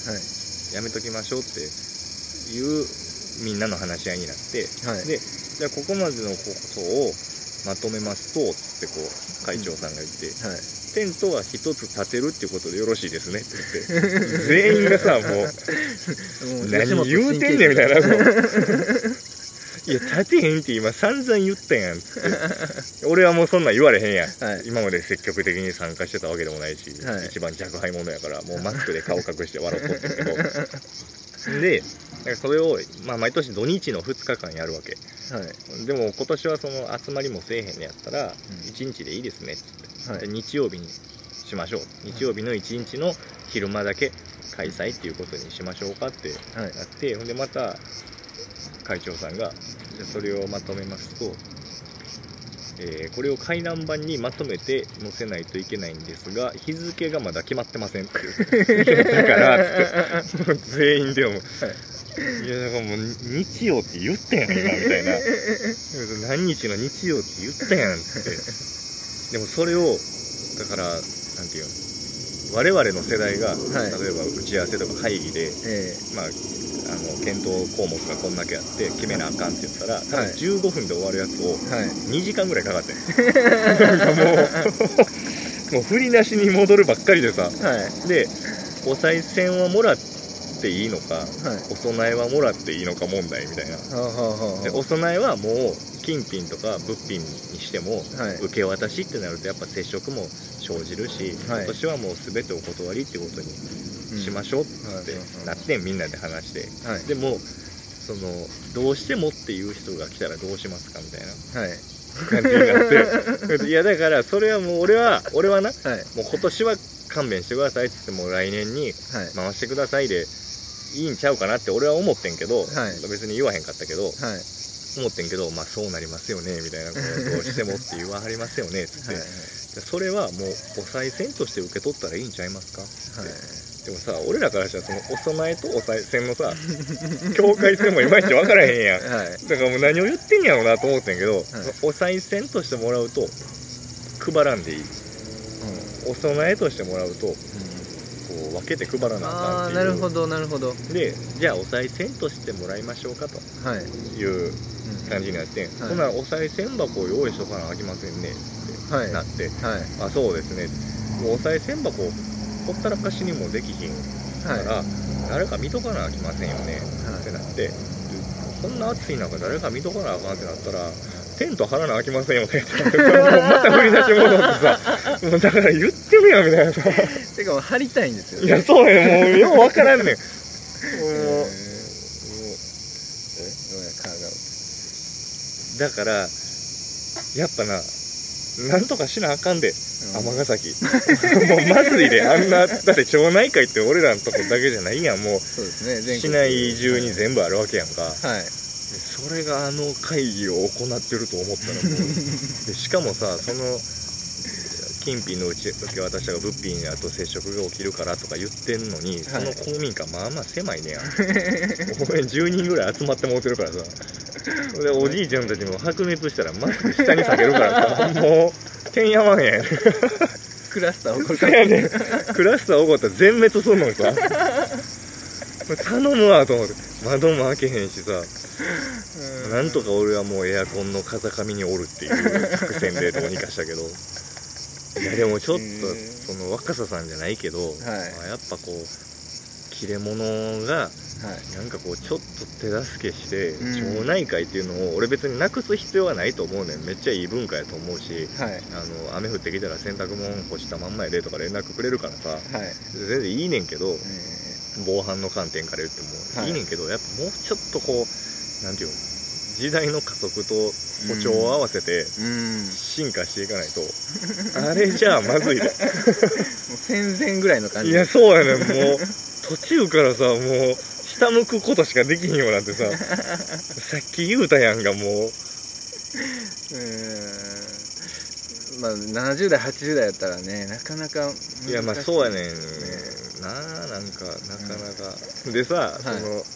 B: やめときましょうっていうみんなの話し合いになって
A: はい
B: でじゃあここまでのことをまとめますとってこう会長さんが言って、
A: はい
B: テントは一つ建てるっていうことでよろしいですねって言って全員がさもう
A: もう吉
B: 何
A: 本
B: 言
A: 新
B: う
A: 喜
B: て
A: 劇
B: んねんみたいなもう [laughs] いや立てへんって今散々言ったやんっつって俺はもうそんなん言われへんやん
A: はい
B: 今まで積極的に参加してたわけでもないし、
A: はい
B: 一番若輩者やからもうマスクで顔隠して笑っとってんけどでなんかそれを、まあ、毎年土日の2日間やるわけ
A: はい
B: でも今年はその集まりもせえへんのやったら
A: ん
B: 1日でいいですねっつって
A: はい
B: で日曜日にしましょう日曜日の1日の昼間だけ開催っていうことにしましょうかって
A: はい
B: なってほんでまた会長さんがじゃあそれをまとめますと、えーこれを回覧板にまとめて載せないといけないんですが日付がまだ決まってませんっていういやだからつってもう全員でも、い、やだからもう日曜って言ったやん今みたいな何日の日曜って言ったやんっつってでもそれをだからなんていうの我々の世代が、
A: い
B: 例えば打ち合わせとか会議で、
A: え
B: まあ、あの検討項目がこんだけあって決めなあかんって言ったら、多分
A: はい
B: 15分で終わるやつを
A: えはい
B: 2時間ぐらいかか
A: [laughs]
B: ってんなんかもうもう振り出しに戻るばっかりでさ
A: はい
B: でお賽銭はもらっていいのか
A: はい
B: お供えはもらっていいのか問題みたいな
A: はあはあはあ
B: でお供えはもう金品とか物品にしても
A: はい
B: 受け渡しってなるとやっぱ接触も生じるし、
A: はい
B: 今年はもう全てお断りってことにしま
A: し
B: しょうっ
A: うんはい
B: てな
A: は
B: ってみんなで話して
A: いはい
B: でもそのどうしてもっていう人が来たらどうしますかみたいな
A: はい
B: 感じに
A: [laughs]
B: なっていやだからそれはもう俺は俺はなも
A: はいはいう
B: 今年は勘弁してくださいって言っても来年に回してくださいでいいんちゃうかなって俺は思ってんけど、
A: はい
B: 別に言わへんかったけど
A: はい
B: 思ってんけどまあそうなりますよねみたいなことをどうしてもって言わはりますよねっつって、
A: はい
B: それはもうお賽銭として受け取ったらいいんちゃいますか
A: は
B: でもさ俺らからしたらそのお供えとお賽銭の
A: [laughs]
B: さ [laughs] 境界線もいまいち分からへんやん
A: いはい
B: だからもう何を言ってんやろうなと思ってんけど、お賽銭としてもらうと配らんでいいお供えとしてもらうとこう分けて配らなあかん
A: ああ
B: っていう
A: なるほどなるほどは
B: でじゃあお賽銭としてもらいましょうかと
A: い、
B: いう感じになって、
A: はい
B: ほなお賽銭箱を用意しとかなあきませんねっ
A: はい
B: て
A: は
B: ないって、あそうですねもうお賽銭箱ほったらかしにもできひんか
A: はい
B: ら、誰か見とかなあきませんよねって
A: は
B: なって、こんな暑い中誰か見とかなあかんってなったらテント張らなあきませんよねってなってもうまた振り出し戻ってさもうだから言ってるやんみたいなさ
A: いてか張りたいんですよ
B: い
A: ね
B: やそうやねもうようわからんねんもう
A: えー
B: もう
A: え
B: だからやっぱななんとかしなあかんで
A: ーごめん
B: 尼崎もうまずいであんなだって町内会って俺らのとこだけじゃないやんもう
A: そうですね全
B: 市
A: 国
B: 内中に全部あるわけやんか
A: はい
B: でそれがあの会議を行ってると思ったらもうでしかもさその金品のうち受け渡しとか物品やと接触が起きるからとか言ってんのに、そ
A: はい
B: の公民館まあまあ狭いねやお前10人ぐらい集まってもうてるからさでおじいちゃんたちも白熱したらマスク下に下げるからさもうてんやわんやん
A: クラスター起こる
B: そやねんクラスター起こったら全滅するのにさ頼むわと思って窓も開けへんしさなんとか俺はもうエアコンの風上におるっていう作戦でどうにかしたけどいやでもちょっ
A: う
B: と
A: ん
B: その若狭さんじゃないけど、まあやっぱこう切れ者
A: は
B: が
A: い
B: なんかこうちょっと手助けして、
A: うん
B: 町内会っていうのを俺別になくす必要はないと思うねんめっちゃいい文化やと思うし
A: はい
B: あの雨降ってきたら洗濯物干したまんまやでとか連絡くれるからさ
A: はい
B: 全然いいねんけど
A: えー
B: 防犯の観点から言っても、
A: はい
B: い、いねんけどやっぱもうちょっとこうなんていうの時代の加速と歩調を合わせて
A: うんも
B: 進化していかないと、 [laughs] あれじゃあまずいで
A: う戦前ぐらいの感じ
B: いやそうやねんもう途中からさもう下向くことしかできひんようにな [laughs] ってささっき言うたやんがもう
A: うーんまあ70代80代やったらねなかなか難し
B: いやまあそうやねんなあなんかなかなか、でさ、その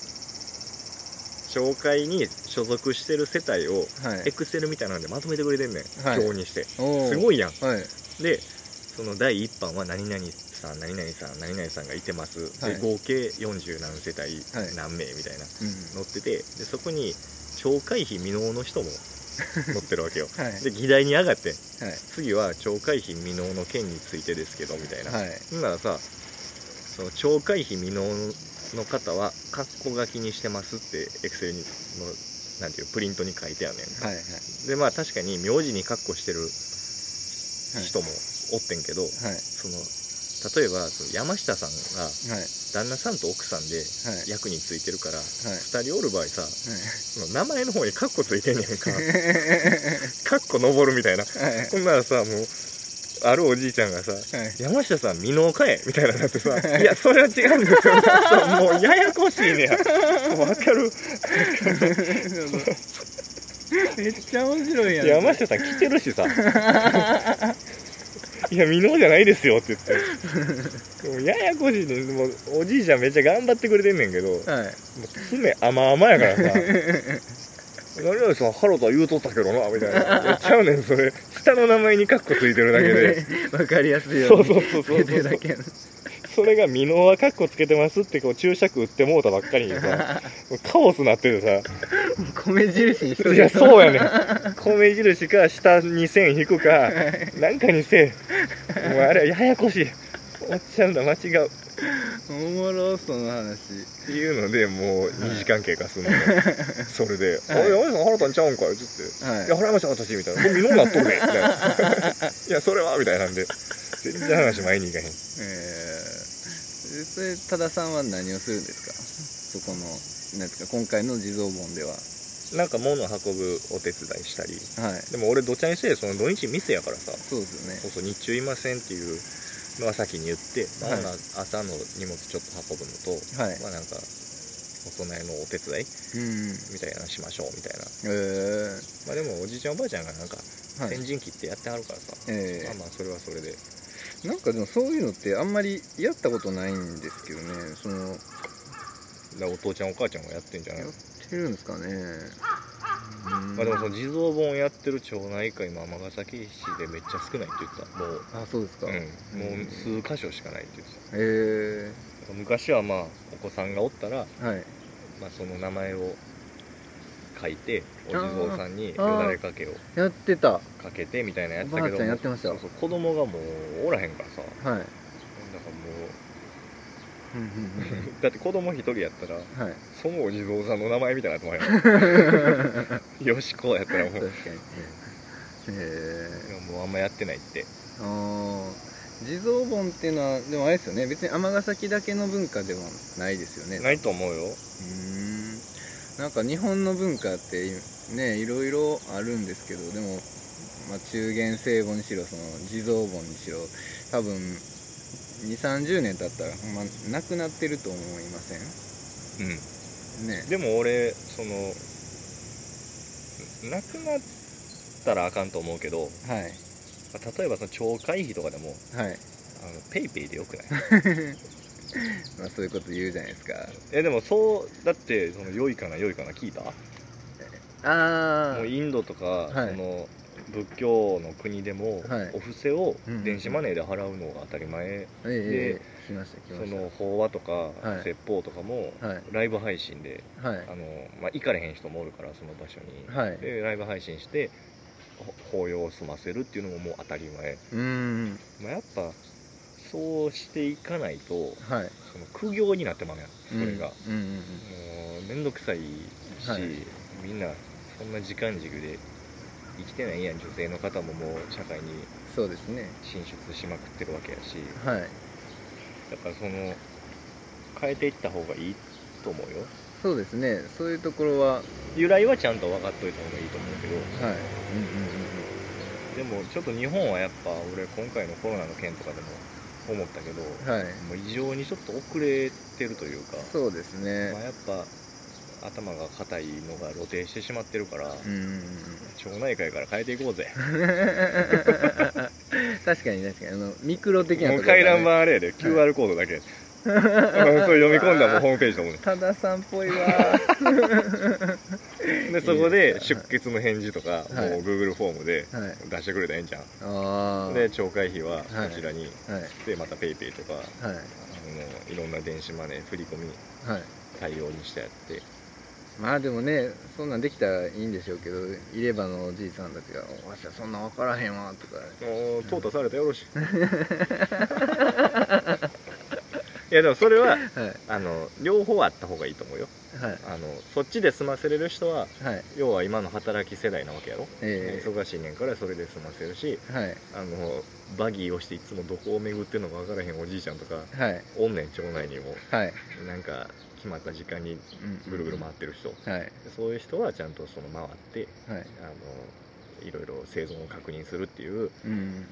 B: 紹介に所属してる世帯を
A: はい
B: エクセルみたいなのでまとめてくれてんねん、
A: はい
B: 表にして
A: おー
B: すごいやん
A: はい
B: でその第一版は何々さん何々さん何々さんがいてます、
A: はい
B: で合計40何世帯、
A: はい
B: 何名みたいな
A: うん
B: 載っててでそこに懲戒費未納の
A: [laughs]
B: 人も載ってるわけよ
A: はい
B: で議題に上がって
A: はい
B: 次は懲戒費未納の件についてですけどみたいな、
A: はい
B: ほんならさその懲戒費未納の方は括弧書きにしてますってエクセルのなんていうプリントに書いてあるねん
A: はいはい
B: でまあ確かに名字に括弧してる人もおってんけど、
A: はい
B: その例えばその山下さんが
A: はい
B: 旦那さんと奥さんで
A: はい
B: 役についてるから
A: はい
B: 2人おる場合さ
A: はい
B: その名前の方に括弧ついてんねん
A: [laughs]
B: か
A: は
B: 括弧登るみたいなほんならさもうあるおじいちゃんがさ
A: いはい
B: 山下さん未納かえみたいなのになってさ「いやそれは違うんですよ」
A: [laughs]
B: そうもうややこしいねやわかる
A: めっちゃ面白いやん
B: 山下さん来てるし
A: [laughs]
B: さ「いや未納じゃないですよ」って言ってでもややこしいねもうおじいちゃんめっちゃ頑張ってくれてんねんけどもう
A: [laughs] はい
B: 爪甘々やからさ何々さんハロタ言うとったけどなみたいな「いやちゃうねんそれ下の名前にカッコついてるだけで
A: わかりやすいよ
B: そう
A: に
B: そうそうそう
A: つけてるだけやな
B: それが「美濃はカッコつけてます」ってこう注釈打ってもうたばっかりにさもうカオスなってて
A: もう米印にしと
B: さ「い
A: け
B: やそうやねん米印か下に線引くかなんかにせえもうあれややこしいおっちゃんだ間違う」
A: おもろその話
B: っていうのでもう2時間経過するのよそれで「あ
A: はい
B: れ山下さんハロタにちゃうんかよ」っつっていや、
A: は
B: 払いました、私、みたいな。これ、見のなっとるね、みたい [laughs] な。いや、それは、みたいなんで。全然話前にいかへん。
A: いえー、それ多田さんは何をするんですかそこのなんですか今回の地蔵盆では
B: なんか、物を運ぶお手伝いしたり。
A: はい
B: でも、俺、どちらにせよ、その、土日店やからさ。
A: そうですよね
B: そうそう、日中いませんっていうのは先に言って、まあ
A: はい
B: ほな朝の荷物ちょっと運ぶのと、
A: はい
B: まあ、なんか、お供えのお手伝い
A: うん
B: みたいなのしましょう、みたいな。
A: え
B: まあ、でも、おじいちゃん、おばあちゃんが、なんか、
A: ー、はい
B: 先陣切ってやってはるからさ。
A: えー
B: まあまあ、それはそれで。
A: なんかでもそういうのってあんまりやったことないんですけどねそのやっ
B: だからお父ちゃん、お母ちゃんもやってんじゃない
A: てるんですかね
B: まあでもその地蔵本やってる町内会今尼崎市でめっちゃ少ないって言ってたもう、
A: あそうですか、え
B: うん、もう数箇所しかないって言って
A: え
B: た昔はまあお子さんがおったら、
A: ー、はい
B: まあ、その名前を書いてお地
A: あー
B: 蔵さんによ
A: あー
B: だれかけを
A: やってた
B: かけてみたいなや
A: お
B: つ
A: ば
B: だ
A: あ
B: けど
A: ちゃんやってました
B: そうそう子供がもうおらへんからさだか
A: はい
B: らも
A: うんうん
B: うだって子供一人やったら
A: うん [laughs] はい
B: そのお地蔵さんの名前みたいになっても
A: 確
B: ら
A: [laughs]
B: よしこうやったらもういや
A: かにえー、
B: もうあんまやってないって
A: あー地蔵盆っていうのはでもあれですよね別に尼崎だけの文化でもないですよね
B: ないと思うよ
A: うーんなんか日本の文化ってねいろいろあるんですけどでも、まあ、中元聖母にしろその地蔵盆にしろ多分2 3 0年経ったらほんまなくなってると思いません
B: うん
A: ね
B: でも俺そのなくなったらあかんと思うけど
A: はい
B: 例えばその町会費とかでも
A: はい、
B: あのペイペイでよくない
A: まあ、そういうこと言うじゃないですか
B: えでもそうだってその良いかな良いかな聞いた
A: あ
B: もうインドとか、
A: はい
B: その仏教の国でも、
A: はい
B: お布施を
A: うん
B: 電子マネーで払うのが当たり前、
A: えええ
B: で
A: え来ました来ま
B: そ
A: し
B: の法話とか、
A: い
B: 説法とかも、
A: たはい
B: ライブ配信で
A: はい
B: あの、まあ、行かれへん人もおるからその場所に、
A: はい
B: でライブ配信してほ法要を済ませるっていうのももう当たり前、
A: うーん
B: まあ、やっぱそうしていかないと
A: はい
B: その苦行になってまうやんそれが、
A: うんうんうん
B: もう面倒くさいし、
A: はい
B: みんなそんな時間軸で生きてないやん女性の方ももう社会に
A: そうですね
B: 進出しまくってるわけやし
A: はい
B: だからその変えていった方がいいと思うよ
A: そうですねそういうところははい
B: 由来はちゃんと分かっといた方がいいと思うけど
A: うんう
B: でもちょっと日本はやっぱ俺今回のコロナの件とかでも思ったけど、
A: んうんうんはい
B: もう異常にちょっと遅れてるというか
A: そうですね
B: まあ、やっぱ頭が硬いのが露呈してしまってるから、
A: うんうんうん
B: 町内会から変えていこうぜ
A: 確かに確かにあのミクロ的な
B: も
A: とこ
B: う
A: ろがね
B: 回覧板あれやで QR コードだけ、 [laughs] うんそれ読み込んだらもう
A: [laughs]
B: ホームページだもんね
A: 多田さんっぽ
B: [laughs]
A: いわ
B: でそこで出血の返事とか、
A: はい
B: もう Google フォームで
A: はい
B: 出してくれたらええんじゃん、
A: ああ
B: で町会費はこちらに、
A: はい
B: でまた PayPay とか
A: はい
B: あのいろんな電子マネー振り込み
A: はい
B: 対応にしてやって
A: まあでもねそんなんできたらいいんでしょうけどいればのおじいさんたちが「おわしはそんなん分からへんわ」とか
B: もう淘汰されたら
A: [laughs]
B: よろしいいやでもそれは
A: はい
B: あの両方あった方がいいと思うよ
A: はい
B: あのそっちで済ませれる人は
A: はい
B: 要は今の働き世代なわけやろ、
A: ええ
B: 忙しいねんからそれで済ませるし
A: はい
B: あのバギーをしていつもどこを巡ってんのか分からへんおじいちゃんとか
A: はい
B: おんねん町内にも
A: はい
B: なんか決まった時間に
A: うん
B: ぐるぐる回ってる人
A: はい
B: そういう人はちゃんとその回って
A: はい
B: あのいろいろ生存を確認するっていう
A: うん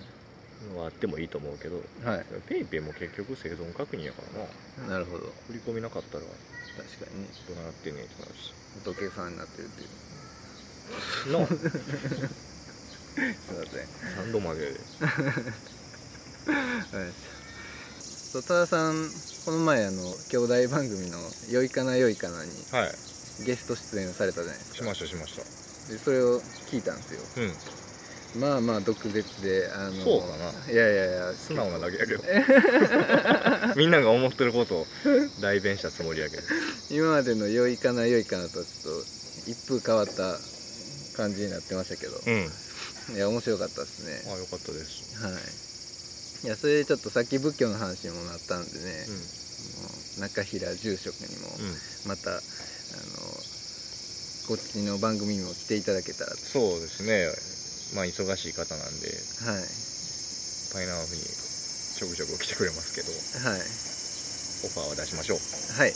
B: のはあってもいいと思うけど
A: はい
B: ペイペイも結局生存確認やからな
A: なるほど
B: 振り込みなかったら
A: 確かにね
B: どうなってんねんってなるし
A: 仏さんになってるっていう
B: の
A: すいません
B: 3度までやで
A: はいそう多田さんこの前あの兄弟番組の「よいかなよいかな」に
B: はい
A: ゲスト出演されたじゃないですか
B: しましたしました
A: でそれを聞いたんですよ
B: うん
A: まあまあ毒舌であの
B: そうかない
A: やいやいや
B: 素直なだけやけど [laughs] みんなが思ってることを代弁したつもりやけど
A: 今までの良いかな良いかなとはちょっと一風変わった感じになってましたけど、
B: うん
A: いや面白かったですね
B: あよかったです
A: はいいやそれでちょっとさっき仏教の話にもなったんでね、も
B: う
A: う中平住職にも
B: ん、うん、
A: また、あのこっちの番組にも来ていただけたらと
B: そうですねまあ忙しい方なんで
A: はい
B: パイナーフにちょくちょく来てくれますけど
A: はい
B: オファーは出しましょう
A: はい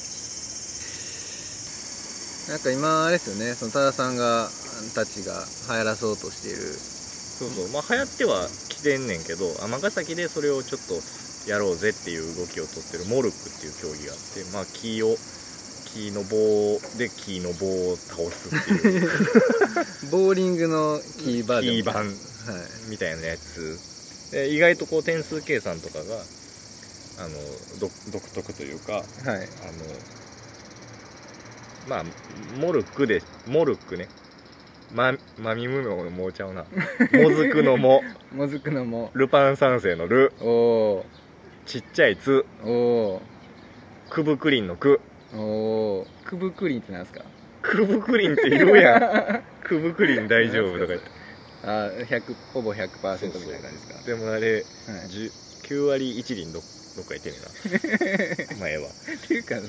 A: なんか今あれですよねその多田さんがたちが流行らそうとしている
B: そうそうまあ流行っては来てんねんけど尼崎でそれをちょっとやろうぜっていう動きをとってるモルックっていう競技があってまあ木を木の棒で木の棒を倒すっていう
A: ボーリングのキーバージョン
B: キーバ
A: は
B: ン
A: い
B: みたいなやつで意外とこう点数計算とかがあの独独特というか
A: はい
B: あのまあモルックでモルックねままみむのもうちゃうなもずくのも
A: もずくのも
B: ルパン三世のル
A: お
B: ちっちゃいつ
A: ーお
B: くぶくりんのく
A: ーおーくぶくりんってなんですか
B: くぶくりんって言うやんくぶくりん大丈夫とか言って
A: [laughs] あ100ほぼ100%みたいな感じですか
B: でもあれ
A: はい
B: 10 9割1輪どどっか行ってみなまあええわ
A: っていうか
B: そう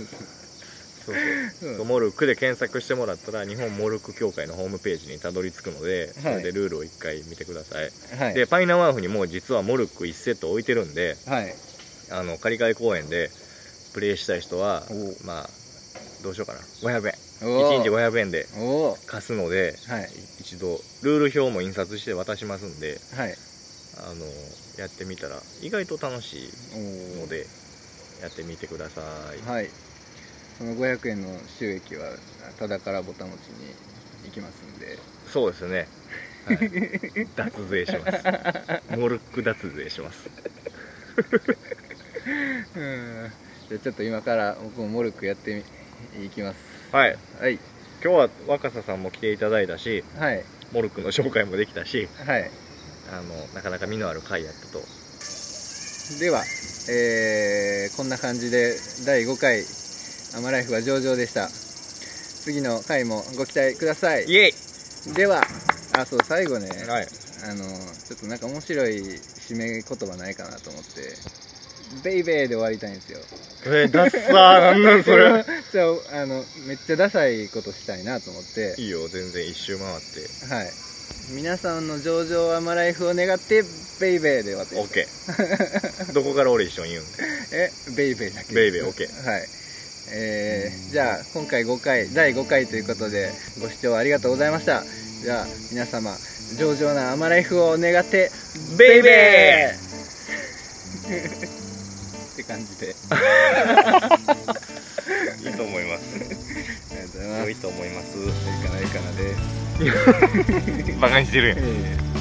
B: そう
A: うん
B: モルックで検索してもらったら日本モルック協会のホームページにたどり着くのでそれでルールを一回見てください、
A: はい
B: でパイナワーフにもう実はモルック1セット置いてるんで
A: はい
B: あの借り換え公演でプレイしたい人は
A: おう
B: まあどうしようかな500円
A: お
B: 1
A: ー
B: 日500円で
A: おー
B: 貸すので
A: はい
B: 一度ルール表も印刷して渡しますんで
A: はい
B: あのやってみたら意外と楽しい
A: お
B: のでやってみてください、
A: はいその500円の収益はただからぼたもちに行きますんで
B: そうですね、はい、脱税しますモルック脱税します
A: うんじゃあちょっと今から僕もモルックやってみいきます
B: はい
A: はい
B: 今日は若狭さんも来ていただいたし
A: はい
B: モルックの紹介もできたし
A: はい
B: あのなかなか身のある回やったと
A: では、えーこんな感じで第5回「アマライフは上々」でした次の回もご期待ください
B: イエイ
A: ではあそう最後ね
B: はい
A: あのちょっとなんか面白い締め言葉ないかなと思って「ベイベー」で終わりたいんですよ
B: えー、ダッサーなんなんそ
A: [laughs]
B: れ
A: じゃああのめっちゃダサいことしたいなと思って
B: いいよ全然一周回って
A: はい皆さんの上々アマライフを願ってベイベーで終わっていいですか
B: OK どこから俺一緒に言うんだ
A: えベイベーだけ
B: ベイベー OK
A: はいえー、じゃあ今回5回第5回ということでご視聴ありがとうございましたじゃあ皆様上々なアマライフを願って
B: ベイベ
A: [laughs]
B: ー
A: って感じで
B: いいと思います
A: ありがとうございます
B: いと思います
A: いいかないいかなで
B: バカにしてるやん
A: えー